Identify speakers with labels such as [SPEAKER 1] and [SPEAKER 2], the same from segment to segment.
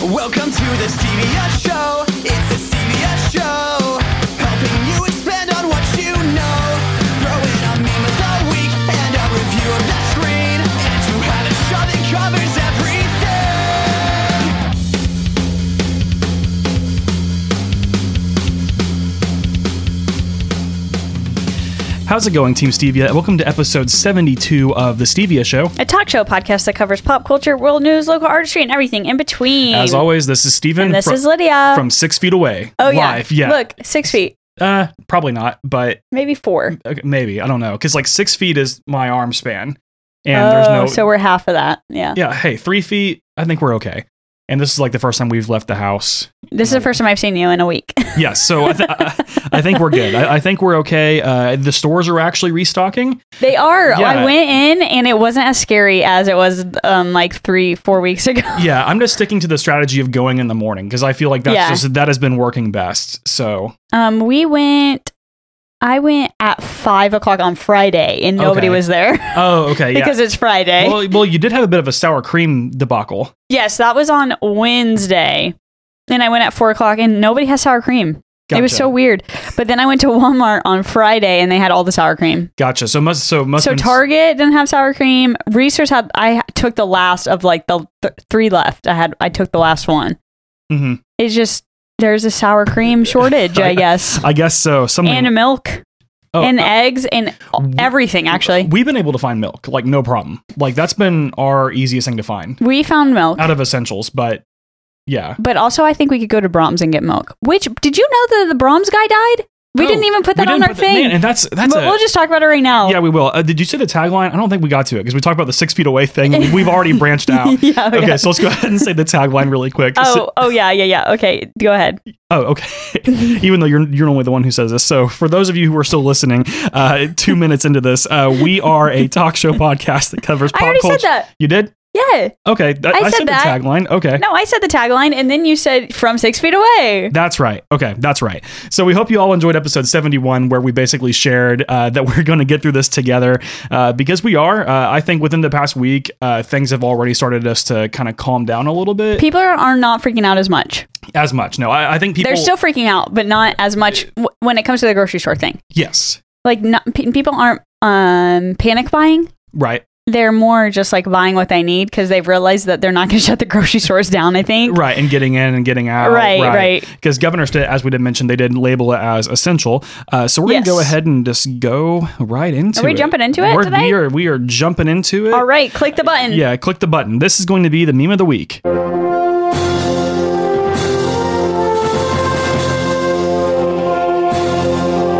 [SPEAKER 1] Welcome to the CBS show. It's a CBS show. Helping you expand on what you know. Throw in a meme of the week and a review of the screen. And you have a show that covers everything.
[SPEAKER 2] How's it going, Team Stevia? Welcome to episode 72 of The Stevia Show.
[SPEAKER 3] A talk show podcast that covers pop culture, world news, local artistry, and everything in between.
[SPEAKER 2] As always, this is Steven.
[SPEAKER 3] And this
[SPEAKER 2] fro-
[SPEAKER 3] is Lydia.
[SPEAKER 2] From six feet away.
[SPEAKER 3] oh
[SPEAKER 2] live.
[SPEAKER 3] yeah,
[SPEAKER 2] Yeah.
[SPEAKER 3] Look, six feet,
[SPEAKER 2] Uh, probably not, but
[SPEAKER 3] maybe four.
[SPEAKER 2] okay, maybe. I don't know. Because like six feet is my arm span. And there's
[SPEAKER 3] Oh,
[SPEAKER 2] no.
[SPEAKER 3] so we're half of that. Yeah.
[SPEAKER 2] yeah. Hey, three feet. I think we're okay. And this is like the first time we've left the house.
[SPEAKER 3] This is the first time I've seen you in a week.
[SPEAKER 2] Yes. So I, th- I, I think we're good. I, I think we're okay. Uh, the stores are actually restocking.
[SPEAKER 3] they are.
[SPEAKER 2] Yeah.
[SPEAKER 3] I went in and it wasn't as scary as it was um like three, four weeks ago.
[SPEAKER 2] Yeah. I'm just sticking to the strategy of going in the morning because I feel like that's
[SPEAKER 3] Yeah.
[SPEAKER 2] just, that has been working best. So
[SPEAKER 3] Um, we went. I went at five o'clock on Friday and nobody
[SPEAKER 2] Okay.
[SPEAKER 3] was there
[SPEAKER 2] Oh, okay. Yeah.
[SPEAKER 3] because it's Friday.
[SPEAKER 2] well, well, you did have a bit of a sour cream debacle.
[SPEAKER 3] Yes, that was on Wednesday. And I went at four o'clock and nobody has sour cream. It was
[SPEAKER 2] Gotcha.
[SPEAKER 3] so weird. But then I went to Walmart on Friday and they had all the sour cream.
[SPEAKER 2] Gotcha. So must so must
[SPEAKER 3] so
[SPEAKER 2] been-
[SPEAKER 3] Target didn't have sour cream. Reese's had, I took the last of like the th- three left. I had, I took the last one.
[SPEAKER 2] Mhm.
[SPEAKER 3] It's just, there's a sour cream shortage, I guess.
[SPEAKER 2] I guess so. Something.
[SPEAKER 3] And milk
[SPEAKER 2] Hmm. oh,
[SPEAKER 3] and
[SPEAKER 2] uh,
[SPEAKER 3] eggs and everything, actually.
[SPEAKER 2] we've been able to find milk, like no problem. Like that's been our easiest thing to find
[SPEAKER 3] We found milk.
[SPEAKER 2] out of essentials. But yeah,
[SPEAKER 3] But also, I think we could go to Brahms and get milk. Which, did you know that the Brahms guy died? We
[SPEAKER 2] No,
[SPEAKER 3] didn't even put that
[SPEAKER 2] Oh, We
[SPEAKER 3] on
[SPEAKER 2] didn't
[SPEAKER 3] our
[SPEAKER 2] put
[SPEAKER 3] thing.
[SPEAKER 2] man, and that's that's
[SPEAKER 3] but
[SPEAKER 2] a-
[SPEAKER 3] we'll just talk about it right now.
[SPEAKER 2] yeah, we will. Uh, did you see the tagline? I don't think we got to it because we talked about the six feet away thing. and We've already branched out.
[SPEAKER 3] Oh, Yeah,
[SPEAKER 2] okay,
[SPEAKER 3] yeah.
[SPEAKER 2] so let's go ahead and say the tagline really quick. So-
[SPEAKER 3] Oh, oh yeah, yeah, yeah. Okay, go ahead.
[SPEAKER 2] Oh, okay. Even though you're you're only the one who says this, so for those of you who are still listening, uh, two minutes into this, uh, we are a talk show podcast that covers pop
[SPEAKER 3] I already
[SPEAKER 2] culture.
[SPEAKER 3] said that.
[SPEAKER 2] You did?
[SPEAKER 3] Yeah.
[SPEAKER 2] Okay, th-
[SPEAKER 3] I
[SPEAKER 2] I,
[SPEAKER 3] said
[SPEAKER 2] said,
[SPEAKER 3] that.
[SPEAKER 2] the tagline. Okay.
[SPEAKER 3] No, I said the tagline, and then you said from six feet away.
[SPEAKER 2] That's right. Okay, that's right. So we hope you all enjoyed episode 71, where we basically shared uh, that we're going to get through this together uh, because we are. Uh, I think within the past week, uh, things have already started us to kind of calm down a little bit.
[SPEAKER 3] People are, are not freaking out as much.
[SPEAKER 2] as much. No, I, I think people.
[SPEAKER 3] They're still freaking out, but not as much w- when it comes to the grocery store thing.
[SPEAKER 2] Yes.
[SPEAKER 3] Like, not, pe- people aren't um, panic buying.
[SPEAKER 2] Right.
[SPEAKER 3] They're more just like buying what they need because they've realized that they're not going to shut the grocery stores down. I think.
[SPEAKER 2] Right. And getting in and getting out.
[SPEAKER 3] Right, right.
[SPEAKER 2] Because governors did, as we did mention, they did label it as essential. Uh, so we're going
[SPEAKER 3] Yes.
[SPEAKER 2] to go ahead and just go right into
[SPEAKER 3] Are we
[SPEAKER 2] it.
[SPEAKER 3] jumping into it
[SPEAKER 2] We're-
[SPEAKER 3] today?
[SPEAKER 2] We are, we are jumping into it.
[SPEAKER 3] All right, click the button.
[SPEAKER 2] Yeah, click the button. This is going to be the meme of the week.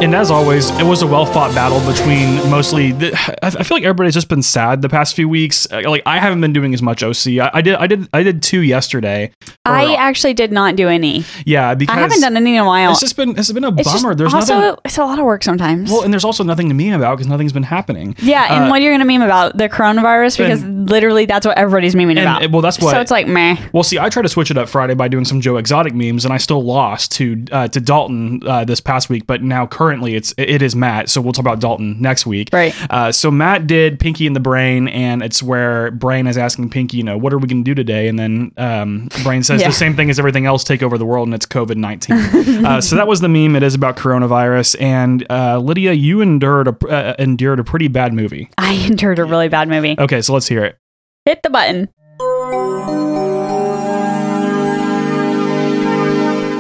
[SPEAKER 2] And as always, it was a well fought battle between mostly. The, I I feel like everybody's just been sad the past few weeks. Uh, Like I haven't been doing as much OC. I, I did, I did, I did two yesterday. Or-
[SPEAKER 3] I actually did not do any.
[SPEAKER 2] yeah, because
[SPEAKER 3] I haven't done any in a while.
[SPEAKER 2] It's just been, it's been a
[SPEAKER 3] It's just
[SPEAKER 2] bummer. There's
[SPEAKER 3] also
[SPEAKER 2] nothing.
[SPEAKER 3] it's a lot of work sometimes.
[SPEAKER 2] Well, and there's also nothing to meme about because nothing's been happening.
[SPEAKER 3] yeah, and
[SPEAKER 2] uh,
[SPEAKER 3] what you're gonna meme about the coronavirus because literally that's what everybody's memeing about.
[SPEAKER 2] well, that's what-
[SPEAKER 3] So it's like meh.
[SPEAKER 2] Well, see, I tried to switch it up Friday by doing some Joe Exotic memes, and I still lost to uh, to Dalton uh, this past week. But now, currently, it's it is Matt, so we'll talk about Dalton next week.
[SPEAKER 3] Right.
[SPEAKER 2] Uh, so Matt did Pinky in the Brain, and it's where Brain is asking Pinky, you know, what are we going to do today? And then um, Brain says
[SPEAKER 3] Yeah.
[SPEAKER 2] the same thing as everything else, take over the world, and it's COVID nineteen. uh, so that was the meme. It is about coronavirus, and uh, Lydia, you endured a, uh, endured a pretty bad movie.
[SPEAKER 3] I entered a really bad movie.
[SPEAKER 2] Okay, so let's hear it.
[SPEAKER 3] Hit the button.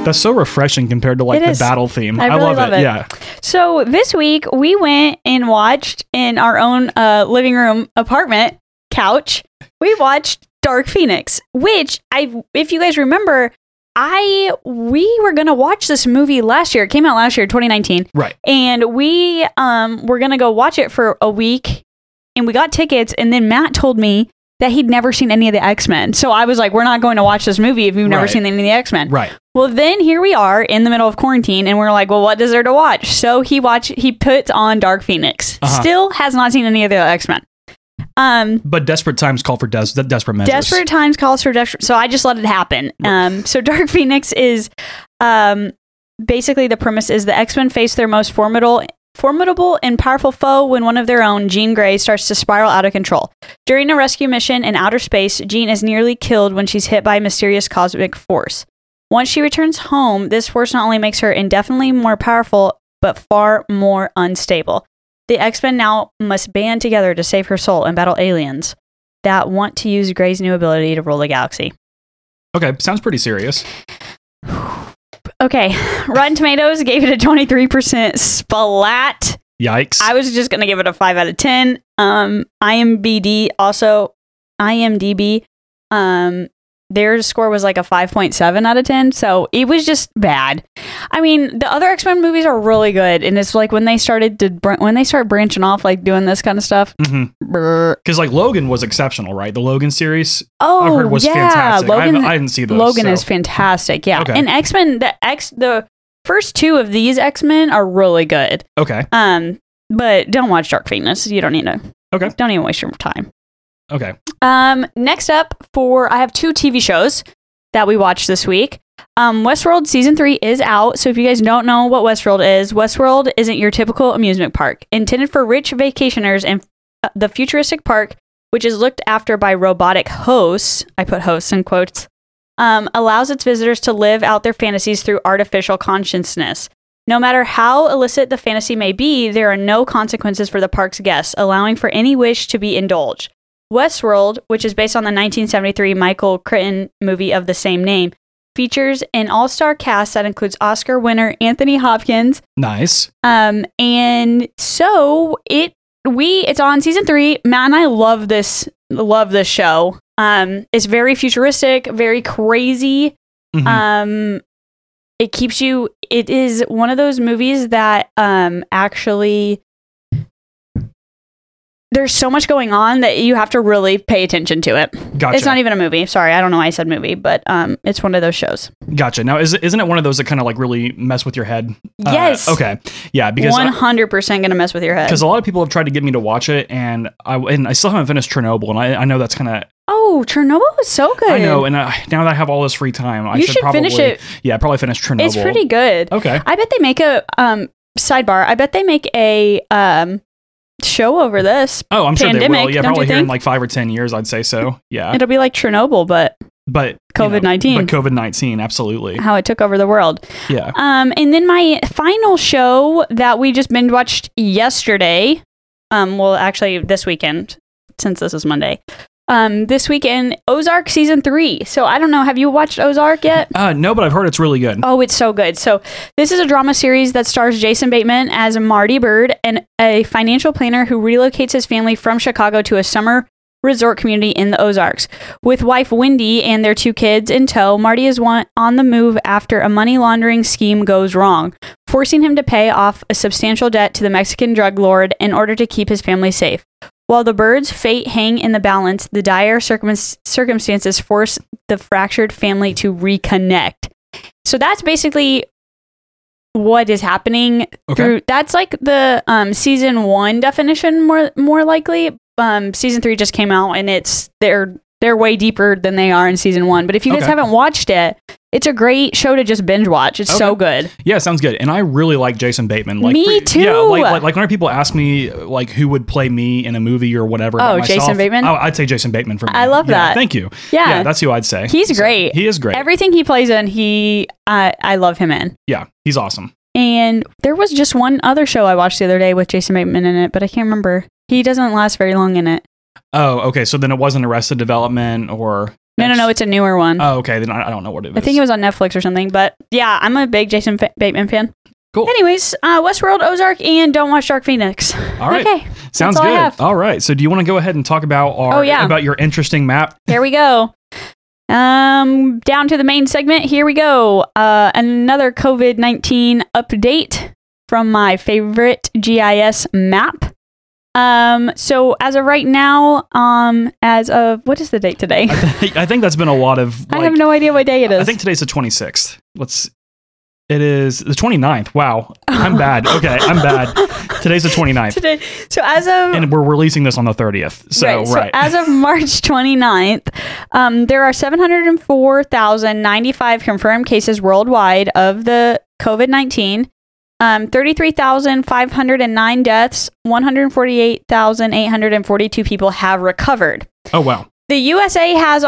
[SPEAKER 2] That's so refreshing compared to like
[SPEAKER 3] It
[SPEAKER 2] the
[SPEAKER 3] is.
[SPEAKER 2] battle theme.
[SPEAKER 3] I really
[SPEAKER 2] love,
[SPEAKER 3] love it.
[SPEAKER 2] Yeah.
[SPEAKER 3] So this week we went and watched in our own uh, living room apartment couch. We watched Dark Phoenix, which I, if you guys remember, I we were gonna watch this movie last year. It came out last year, 2019.
[SPEAKER 2] Right.
[SPEAKER 3] and we um were gonna go watch it for a week and we got tickets and then matt told me that he'd never seen any of the x-men so i was like we're not going to watch this movie if you've never
[SPEAKER 2] Right.
[SPEAKER 3] seen any of the x-men
[SPEAKER 2] Right.
[SPEAKER 3] well then here we are in the middle of quarantine and we're like well what is there to watch so he watched he puts on dark phoenix
[SPEAKER 2] Uh-huh.
[SPEAKER 3] still has not seen any of the x-men um
[SPEAKER 2] But desperate times call for des- desperate measures.
[SPEAKER 3] Desperate times calls for desperate. So I just let it happen. Um, so Dark Phoenix is um, basically the premise is the X Men face their most formidable formidable and powerful foe when one of their own, Jean Grey, starts to spiral out of control. During a rescue mission in outer space, Jean is nearly killed when she's hit by a mysterious cosmic force. Once she returns home, this force not only makes her indefinitely more powerful, but far more unstable. The X Men now must band together to save her soul and battle aliens that want to use Grey's new ability to rule the galaxy.
[SPEAKER 2] Okay, sounds pretty serious.
[SPEAKER 3] Okay, Rotten Tomatoes gave it a 23% splat.
[SPEAKER 2] Yikes.
[SPEAKER 3] I was just gonna give it a five out of ten. Um, IMBD also IMDb. Um, their score was like a five point seven out of ten, so it was just bad. I mean, the other X Men movies are really good, and it's like when they started to br- when they start branching off, like doing this kind of stuff.
[SPEAKER 2] Mhm.
[SPEAKER 3] brr.
[SPEAKER 2] Because like Logan was exceptional, right? The Logan series
[SPEAKER 3] Oh,
[SPEAKER 2] I heard was
[SPEAKER 3] yeah,
[SPEAKER 2] fantastic. I
[SPEAKER 3] Logan.
[SPEAKER 2] haven't- I, didn't see those.
[SPEAKER 3] Logan
[SPEAKER 2] so.
[SPEAKER 3] is fantastic. Yeah,
[SPEAKER 2] Okay.
[SPEAKER 3] and X Men the X the first two of these X Men are really good.
[SPEAKER 2] okay.
[SPEAKER 3] Um, but don't watch Dark Phoenix. You don't need to.
[SPEAKER 2] Okay.
[SPEAKER 3] Don't even waste your time.
[SPEAKER 2] Okay.
[SPEAKER 3] Um, next up for I have two TV shows that we watched this week. Um, Westworld season three is out. So if you guys don't know what Westworld is, Westworld isn't your typical amusement park intended for rich vacationers and uh, the futuristic park, which is looked after by robotic hosts. I put hosts in quotes. Um, allows its visitors to live out their fantasies through artificial consciousness. No matter how illicit the fantasy may be, there are no consequences for the park's guests, allowing for any wish to be indulged. Westworld, which is based on the 1973 Michael Crichton movie of the same name, features an all star cast that includes Oscar winner Anthony Hopkins.
[SPEAKER 2] Nice.
[SPEAKER 3] Um, and so it we it's on season three. Matt and I love this love this show. Um, it's very futuristic, very crazy.
[SPEAKER 2] Mhm.
[SPEAKER 3] Um, it keeps you. It is one of those movies that um actually there's so much going on that you have to really pay attention to it.
[SPEAKER 2] gotcha.
[SPEAKER 3] It's not even a movie. Sorry, I don't know why I said movie, but um, it's one of those shows.
[SPEAKER 2] gotcha. Now is isn't it one of those that kind of like really mess with your head? Uh,
[SPEAKER 3] yes.
[SPEAKER 2] okay. Yeah. Because uh,
[SPEAKER 3] One hundred percent gonna mess with your head.
[SPEAKER 2] because a lot of people have tried to get me to watch it, and I and I still haven't finished Chernobyl, and I, I know that's kind of
[SPEAKER 3] Oh, Chernobyl was so good.
[SPEAKER 2] I know, and I, now that I have all this free time, I
[SPEAKER 3] You
[SPEAKER 2] should,
[SPEAKER 3] should
[SPEAKER 2] probably
[SPEAKER 3] finish it.
[SPEAKER 2] Yeah, probably finish Chernobyl.
[SPEAKER 3] It's pretty good.
[SPEAKER 2] Okay.
[SPEAKER 3] I bet they make a um sidebar. I bet they make a um show over this.
[SPEAKER 2] Oh, I'm sure they will.
[SPEAKER 3] Pandemic,
[SPEAKER 2] Yeah,
[SPEAKER 3] don't
[SPEAKER 2] probably
[SPEAKER 3] you
[SPEAKER 2] here in
[SPEAKER 3] think?
[SPEAKER 2] like five or ten years, I'd say so. Yeah,
[SPEAKER 3] It'll be like Chernobyl, but
[SPEAKER 2] but you know, but
[SPEAKER 3] COVID-19.
[SPEAKER 2] COVID nineteen, absolutely.
[SPEAKER 3] how it took over the world.
[SPEAKER 2] Yeah.
[SPEAKER 3] Um, and then my final show that we just binge watched yesterday, um, well, actually this weekend, since this is Monday, um, this weekend, Ozark season three. So I don't know, have you watched Ozark yet?
[SPEAKER 2] Uh, no, but I've heard it's really good.
[SPEAKER 3] Oh, it's so good. So this is a drama series that stars Jason Bateman as Marty Bird, and a financial planner who relocates his family from Chicago to a summer resort community in the Ozarks. With wife Wendy and their two kids in tow, Marty is one- on the move after a money laundering scheme goes wrong, forcing him to pay off a substantial debt to the Mexican drug lord in order to keep his family safe. While the birds' fate hang in the balance, the dire circum- circumstances force the fractured family to reconnect. So that's basically what is happening
[SPEAKER 2] Okay.
[SPEAKER 3] through that's like the um season 1 definition more more likely um season 3 just came out and it's they're they're way deeper than they are in season 1 but if you guys
[SPEAKER 2] Okay.
[SPEAKER 3] haven't watched it it's a great show to just binge watch it's so good
[SPEAKER 2] Yeah, sounds good. And I really like Jason Bateman. Like
[SPEAKER 3] Me
[SPEAKER 2] Yeah,
[SPEAKER 3] too.
[SPEAKER 2] like, like like when people ask me like who would play me in a movie or whatever. about
[SPEAKER 3] Oh, Jason
[SPEAKER 2] myself,
[SPEAKER 3] Bateman?
[SPEAKER 2] I, would say Jason Bateman for me.
[SPEAKER 3] I love
[SPEAKER 2] Yeah,
[SPEAKER 3] that.
[SPEAKER 2] Thank you.
[SPEAKER 3] Yeah.
[SPEAKER 2] that's who I'd say.
[SPEAKER 3] He's great.
[SPEAKER 2] He is great.
[SPEAKER 3] everything he plays in he I I love him in
[SPEAKER 2] yeah, he's awesome.
[SPEAKER 3] and there was just one other show I watched the other day with Jason Bateman in it but I can't remember he doesn't last very long in it
[SPEAKER 2] Oh, okay. So then it wasn't Arrested Development or
[SPEAKER 3] no no no it's a newer one
[SPEAKER 2] Oh, okay. Then I, I don't know what it is.
[SPEAKER 3] I think it was on Netflix or something, but yeah, I'm a big Jason Fa- Bateman fan.
[SPEAKER 2] Cool.
[SPEAKER 3] Anyways, uh, Westworld, Ozark, and don't watch Dark Phoenix.
[SPEAKER 2] All right.
[SPEAKER 3] Okay,
[SPEAKER 2] Sounds
[SPEAKER 3] that's all I
[SPEAKER 2] good.
[SPEAKER 3] have.
[SPEAKER 2] all right. So do you want to go ahead and talk about our
[SPEAKER 3] Oh, yeah.
[SPEAKER 2] about your interesting map?
[SPEAKER 3] here we go. Um, down to the main segment. Here we go. Uh, another COVID nineteen update from my favorite GIS map. Um, so as of right now, um, as of what is the date today?
[SPEAKER 2] I, think I think that's been a lot of like,
[SPEAKER 3] I have no idea what day it is.
[SPEAKER 2] I think today's the 26th. Let's. It is the 29th. Wow. I'm bad. Okay. I'm bad. Today's the 29th.
[SPEAKER 3] today. So as of
[SPEAKER 2] And we're releasing this on the 30th. So, right.
[SPEAKER 3] So as of March 29th, um, there are 704,095 confirmed cases worldwide of the COVID 19. Um, 33,509 deaths, 148,842 people have recovered.
[SPEAKER 2] Oh wow.
[SPEAKER 3] The USA has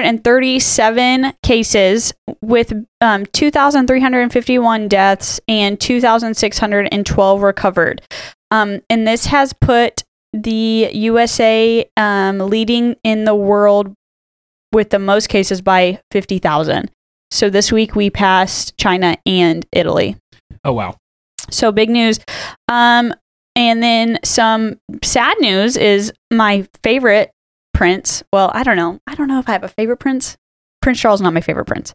[SPEAKER 3] 132,637 cases with um, 2,351 deaths and 2,612 recovered. Um, and this has put the USA um, leading in the world with the most cases by 50,000. So this week we passed China and Italy.
[SPEAKER 2] Oh wow.
[SPEAKER 3] So big news. Um, and then some sad news is my favorite prince. Well, I don't know. I don't know if I have a favorite prince. Prince Charles is not my favorite prince.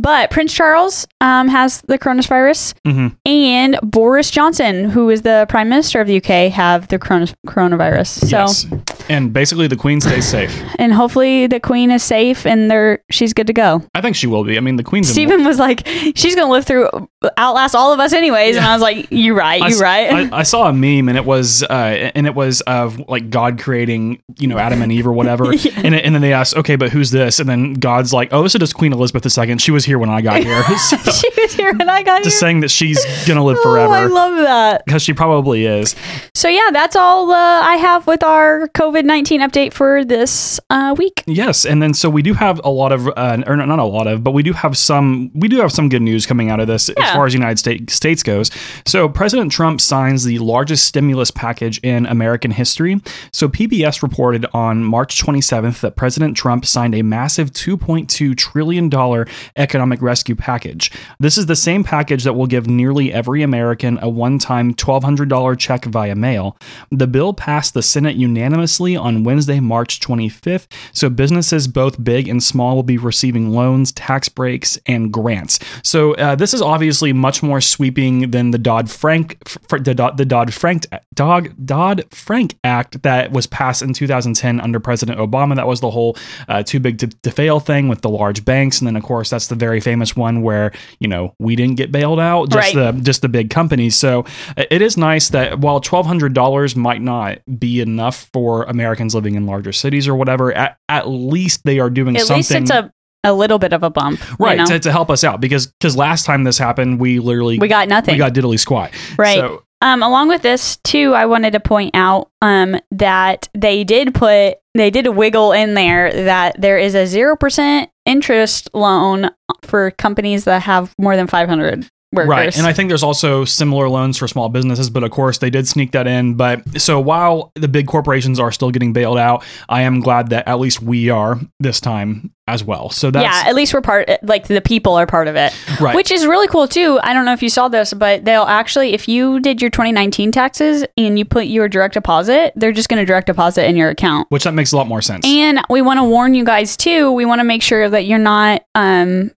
[SPEAKER 3] But Prince Charles um, has the coronavirus,
[SPEAKER 2] Mhm.
[SPEAKER 3] and Boris Johnson, who is the Prime Minister of the UK, have the corona- coronavirus. So,
[SPEAKER 2] Yes. And basically, the queen stays safe.
[SPEAKER 3] and hopefully the Queen is safe and they're she's good to go.
[SPEAKER 2] I think she will be. I mean, the queen's. in-
[SPEAKER 3] Stephen was like, she's gonna live through, outlast all of us, anyways. And I was like, you're right,
[SPEAKER 2] I
[SPEAKER 3] you're
[SPEAKER 2] s-
[SPEAKER 3] right.
[SPEAKER 2] I, I saw a meme and it was uh, and it was of like God creating you know Adam and Eve or whatever, and it, and then they asked, okay, but who's this? And then God's like, oh, this is just Queen Elizabeth II. She was here when I got here, So,
[SPEAKER 3] she was here when I got
[SPEAKER 2] just
[SPEAKER 3] here.
[SPEAKER 2] saying that she's gonna live
[SPEAKER 3] Oh, I
[SPEAKER 2] forever
[SPEAKER 3] love that.
[SPEAKER 2] because she probably is.
[SPEAKER 3] So yeah, that's all uh, I have with our COVID nineteen update for this uh, week.
[SPEAKER 2] Yes, and then so we do have a lot of, uh, or not a lot of, but we do have some. We do have some good news coming out of this as
[SPEAKER 3] Yeah.
[SPEAKER 2] far as the United States states goes. So President Trump signs the largest stimulus package in American history. So PBS reported on March 27th that President Trump signed a massive 2.2 trillion dollar economic rescue package. This is the same package that will give nearly every American a one-time $1,200 check via mail. The bill passed the Senate unanimously on Wednesday, March 25th, so businesses both big and small will be receiving loans, tax breaks, and grants. So uh, this is obviously much more sweeping than the Dodd Frank the Dodd the Dodd Frank Dodd Dodd Frank Act that was passed in 2010 under President Obama. That was the whole uh, too big to, to fail thing with the large banks, and then of course that's the very famous one where you know we didn't get bailed out, just
[SPEAKER 3] Right.
[SPEAKER 2] the uh, just the big companies. So uh, it is nice that while twelve hundred dollars might not be enough for Americans living in larger cities or whatever, at, at least they are doing
[SPEAKER 3] At
[SPEAKER 2] something
[SPEAKER 3] least it's a a little bit of a bump, you
[SPEAKER 2] right
[SPEAKER 3] know?
[SPEAKER 2] to, to help us out because because last time this happened, we literally
[SPEAKER 3] we got nothing.
[SPEAKER 2] we got diddly squat.
[SPEAKER 3] Right.
[SPEAKER 2] So,
[SPEAKER 3] Um, along with this too, I wanted to point out um, that they did put they did wiggle in there that there is a zero percent interest loan for companies that have more than five hundred workers.
[SPEAKER 2] Right. And I think there's also similar loans for small businesses, but of course they did sneak that in. But so while the big corporations are still getting bailed out, I am glad that at least we are this time as well. So that's
[SPEAKER 3] yeah, at least we're part like the people are part of it.
[SPEAKER 2] right.
[SPEAKER 3] Which is really cool too. I don't know if you saw this, but they'll actually, if you did your 2019 taxes and you put your direct deposit, they're just going to direct deposit in your account.
[SPEAKER 2] which that makes a lot more sense.
[SPEAKER 3] And we want to warn you guys too. We want to make sure that you're not, um,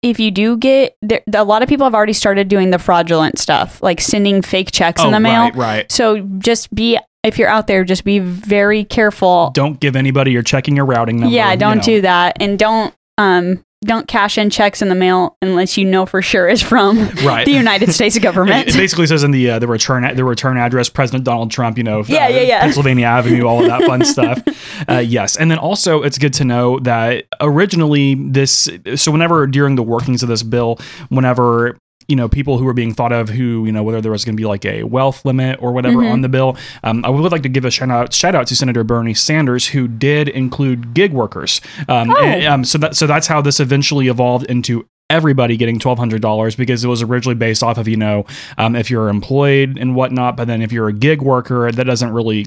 [SPEAKER 3] if you do get, there, a lot of people have already started doing the fraudulent stuff, like sending fake checks in the mail.
[SPEAKER 2] Oh, right, right.
[SPEAKER 3] So just be, if you're out there, just be very careful.
[SPEAKER 2] Don't give anybody your checking your routing number.
[SPEAKER 3] yeah,
[SPEAKER 2] you
[SPEAKER 3] don't
[SPEAKER 2] know.
[SPEAKER 3] do that, and don't, um, don't cash in checks in the mail unless you know for sure it's from
[SPEAKER 2] Right.
[SPEAKER 3] the United States
[SPEAKER 2] It,
[SPEAKER 3] government.
[SPEAKER 2] it basically says in the uh, the return the return address President Donald Trump, you know,
[SPEAKER 3] Yeah,
[SPEAKER 2] uh,
[SPEAKER 3] yeah, yeah.
[SPEAKER 2] Pennsylvania Avenue, all of that fun stuff. Uh, yes, and then also it's good to know that originally this so whenever during the workings of this bill, whenever you know people who were being thought of who you know whether there was going to be like a wealth limit or whatever on the bill um, i would like to give a shout out shout out to senator bernie sanders who did include gig workers um, and, um, so that so that's how this eventually evolved into everybody getting $1200 because it was originally based off of you know um, if you're employed and whatnot but then if you're a gig worker that doesn't really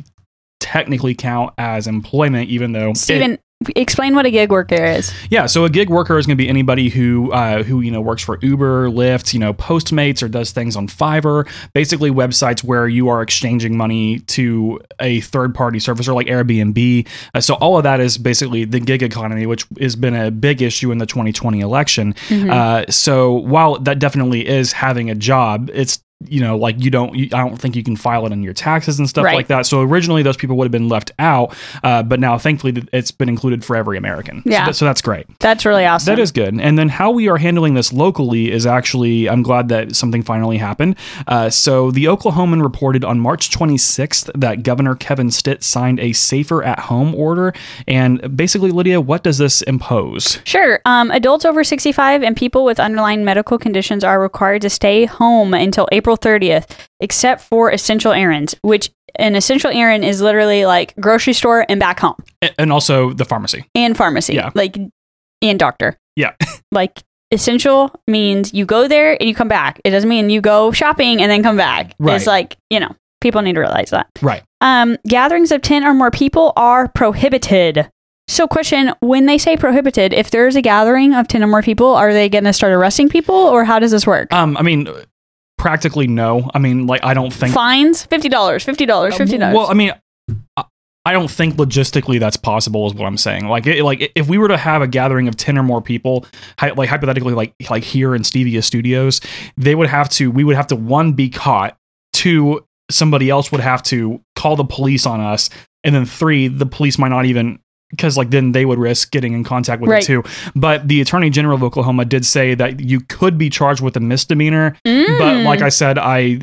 [SPEAKER 2] technically count as employment even though it-
[SPEAKER 3] Steven, explain what a gig worker is.
[SPEAKER 2] yeah, so a gig worker is going to be anybody who uh, who you know works for Uber, Lyft, you know Postmates, or does things on Fiverr. Basically, websites where you are exchanging money to a third party servicer like Airbnb. Uh, so all of that is basically the gig economy, which has been a big issue in
[SPEAKER 3] Mm-hmm.
[SPEAKER 2] the 2020 election. Uh, so while that definitely is having a job, it's you know, like you don't, you, I don't think you can file it on your taxes and stuff
[SPEAKER 3] Right.
[SPEAKER 2] like that. So originally those people would have been left out, uh, but now thankfully th- it's been included for every American. So
[SPEAKER 3] Yeah.
[SPEAKER 2] that- so that's great.
[SPEAKER 3] That's really awesome.
[SPEAKER 2] That is good. And then how we are handling this locally is actually, I'm glad that something finally happened. Uh, so the Oklahoman reported on March 26th that Governor Kevin Stitt signed a safer at home order. And basically, Lydia, what does this impose?
[SPEAKER 3] Sure. Um, adults over 65 and people with underlying medical conditions are required to stay home until April 30th, except for essential errands, which an essential errand is literally like grocery store and back home
[SPEAKER 2] A- And also the pharmacy.
[SPEAKER 3] and pharmacy,
[SPEAKER 2] Yeah.
[SPEAKER 3] like and doctor.
[SPEAKER 2] Yeah.
[SPEAKER 3] like essential means you go there and you come back. It doesn't mean you go shopping and then come back.
[SPEAKER 2] Right.
[SPEAKER 3] It's like, you know, people need to realize that.
[SPEAKER 2] Right.
[SPEAKER 3] Um, gatherings of 10 or more people are prohibited. So, question when they say prohibited, if there's a gathering of 10 or more people, are they going to start arresting people or how does this work?
[SPEAKER 2] Um, I mean, practically no. I mean, like, I don't think. Uh,
[SPEAKER 3] Fines? $50, $50, $50.
[SPEAKER 2] Well, I mean, I- I don't think logistically that's possible. Is what I'm saying. Like, it, like if we were to have a gathering of ten or more people, hy- like hypothetically, like like here in Stevia Studios, they would have to. We would have to one be caught. Two, somebody else would have to call the police on us, and then three, the police might not even. Because like then they would risk getting in contact with
[SPEAKER 3] Right.
[SPEAKER 2] the two, but the attorney general of Oklahoma did say that you could be charged with a misdemeanor but
[SPEAKER 3] Mm.
[SPEAKER 2] like I said, I,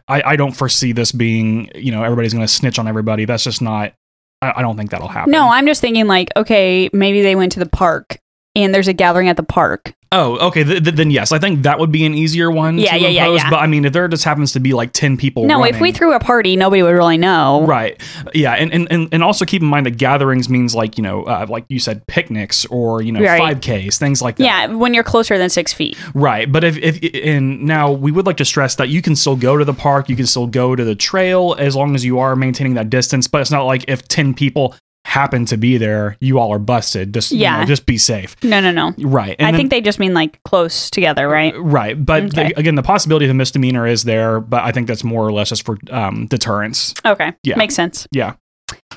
[SPEAKER 2] I I don't foresee this being you know everybody's going to snitch on everybody. That's just not. I, I don't think that'll happen.
[SPEAKER 3] no, I'm just thinking like, okay, maybe they went to the park and there's a gathering at the park.
[SPEAKER 2] oh, okay. Th- th- then yes, I think that would be an easier one.
[SPEAKER 3] Yeah,
[SPEAKER 2] to
[SPEAKER 3] yeah, yeah,
[SPEAKER 2] impose,
[SPEAKER 3] yeah.
[SPEAKER 2] But I mean, if there just happens to be like ten people.
[SPEAKER 3] No, if we
[SPEAKER 2] running-
[SPEAKER 3] threw a party, nobody would really know.
[SPEAKER 2] Right. Yeah. And, and, and, and also keep in mind that gatherings means like, you know, uh, like you said, picnics or, you know,
[SPEAKER 3] Right.
[SPEAKER 2] 5Ks, things like that.
[SPEAKER 3] Yeah, when you're closer than six feet.
[SPEAKER 2] Right, but if, if and now we would like to stress that you can still go to the park, you can still go to the trail as long as you are maintaining that distance. But it's not like if ten people happen to be there, you all are busted. Just yeah,
[SPEAKER 3] Yeah.
[SPEAKER 2] just be safe.
[SPEAKER 3] No, no, no.
[SPEAKER 2] Right,
[SPEAKER 3] I think they just mean like close together, right?
[SPEAKER 2] right, but
[SPEAKER 3] Okay.
[SPEAKER 2] the, again, the possibility of a misdemeanor is there, but I think that's more or less just for um, deterrence.
[SPEAKER 3] Okay.
[SPEAKER 2] Yeah.
[SPEAKER 3] Makes sense.
[SPEAKER 2] Yeah.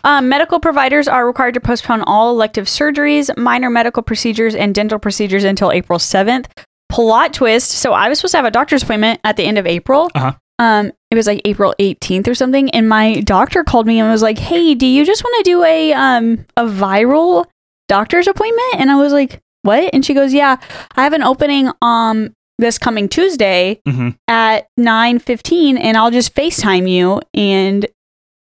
[SPEAKER 3] Um, medical providers are required to postpone all elective surgeries, minor medical procedures, and dental procedures until April 7th. Plot twist. So I was supposed to have a doctor's appointment at the end of April.
[SPEAKER 2] Uh-huh.
[SPEAKER 3] Um, it was like April 18th or something. And my doctor called me and was like, Hey, do you just want to do a, um, a viral doctor's appointment? And I was like, What? And she goes, Yeah, I have an opening um, this coming Tuesday
[SPEAKER 2] hmm
[SPEAKER 3] at 9.15 and I'll just FaceTime you and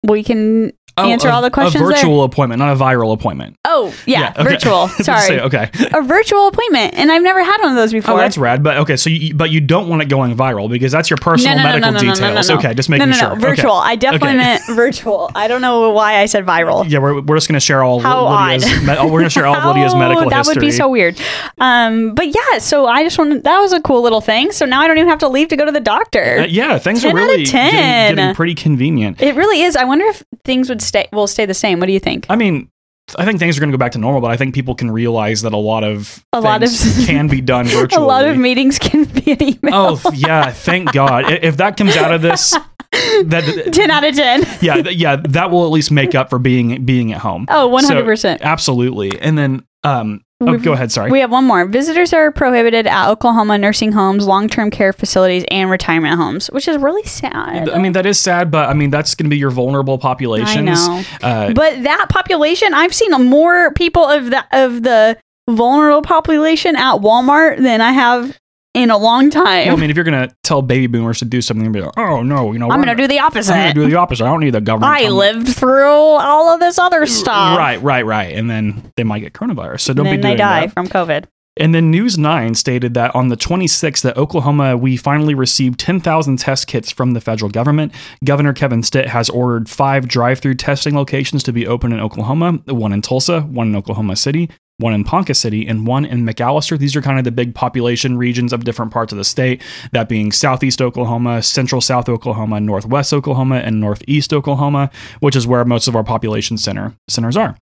[SPEAKER 3] we can Answer
[SPEAKER 2] Oh, a,
[SPEAKER 3] all the questions
[SPEAKER 2] A virtual appointment, not a viral appointment.
[SPEAKER 3] Oh, yeah,
[SPEAKER 2] Yeah, okay.
[SPEAKER 3] virtual. Sorry.
[SPEAKER 2] Say, okay.
[SPEAKER 3] A virtual appointment. And I've never had one of those before.
[SPEAKER 2] Oh, that's rad. But okay, so you, but you don't want it going viral because that's your personal medical details. Okay, just making
[SPEAKER 3] no, no,
[SPEAKER 2] sure.
[SPEAKER 3] No,
[SPEAKER 2] Okay.
[SPEAKER 3] virtual. I definitely
[SPEAKER 2] Okay.
[SPEAKER 3] meant virtual. I don't know why I said viral.
[SPEAKER 2] Yeah, we're, we're just gonna share all of
[SPEAKER 3] How odd.
[SPEAKER 2] Lydia's. Me- oh, we're gonna share all of Lydia's
[SPEAKER 3] Oh,
[SPEAKER 2] medical
[SPEAKER 3] that
[SPEAKER 2] history.
[SPEAKER 3] would be so weird. Um, but yeah, so I just wanted that was a cool little thing. So now I don't even have to leave to go to the doctor.
[SPEAKER 2] Uh, yeah, things
[SPEAKER 3] 10
[SPEAKER 2] are
[SPEAKER 3] out of
[SPEAKER 2] really
[SPEAKER 3] 10.
[SPEAKER 2] getting, getting pretty convenient.
[SPEAKER 3] It really is. I wonder if things would stay will stay the same. What do you think?
[SPEAKER 2] I mean, I think things are gonna go back to normal, but I think people can realize that a lot of
[SPEAKER 3] A lot of-
[SPEAKER 2] things can be done
[SPEAKER 3] A
[SPEAKER 2] virtually.
[SPEAKER 3] lot of meetings can be an email.
[SPEAKER 2] Oh th- yeah, thank God. I- If that comes out of this, that
[SPEAKER 3] Ten out of ten.
[SPEAKER 2] yeah, th- yeah, that will at least make up for being being at home.
[SPEAKER 3] Oh,
[SPEAKER 2] So,
[SPEAKER 3] 100%.
[SPEAKER 2] absolutely. And then, um, oh,
[SPEAKER 3] We've-
[SPEAKER 2] go ahead. Sorry.
[SPEAKER 3] We have one more. Visitors are prohibited at Oklahoma nursing homes, long term care facilities, and retirement homes, which is really sad.
[SPEAKER 2] I mean, that is sad, but I mean, that's going to be your vulnerable populations.
[SPEAKER 3] I know.
[SPEAKER 2] Uh,
[SPEAKER 3] But that population, I've seen more people of the of the vulnerable population at Walmart than I have in a long time.
[SPEAKER 2] I mean, if you're going to tell baby boomers to do something, you're gonna be like, oh, no, you know,
[SPEAKER 3] I'm
[SPEAKER 2] we're
[SPEAKER 3] going to do the
[SPEAKER 2] I'm gonna
[SPEAKER 3] opposite.
[SPEAKER 2] do the opposite. I don't need the government.
[SPEAKER 3] I
[SPEAKER 2] telling me-
[SPEAKER 3] lived through all of this other stuff.
[SPEAKER 2] Right, right, right. And then they might get coronavirus. So don't
[SPEAKER 3] And
[SPEAKER 2] be
[SPEAKER 3] then
[SPEAKER 2] doing
[SPEAKER 3] they die
[SPEAKER 2] that.
[SPEAKER 3] from COVID.
[SPEAKER 2] And then News 9 stated that on the 26th that Oklahoma we finally received 10,000 test kits from the federal government. Governor Kevin Stitt has ordered 5 drive-through testing locations to be open in Oklahoma, one in Tulsa, one in Oklahoma City, one in Ponca City, and one in McAllister. These are kind of the big population regions of different parts of the state, that being southeast Oklahoma, central south Oklahoma, northwest Oklahoma, and northeast Oklahoma, which is where most of our population center centers are.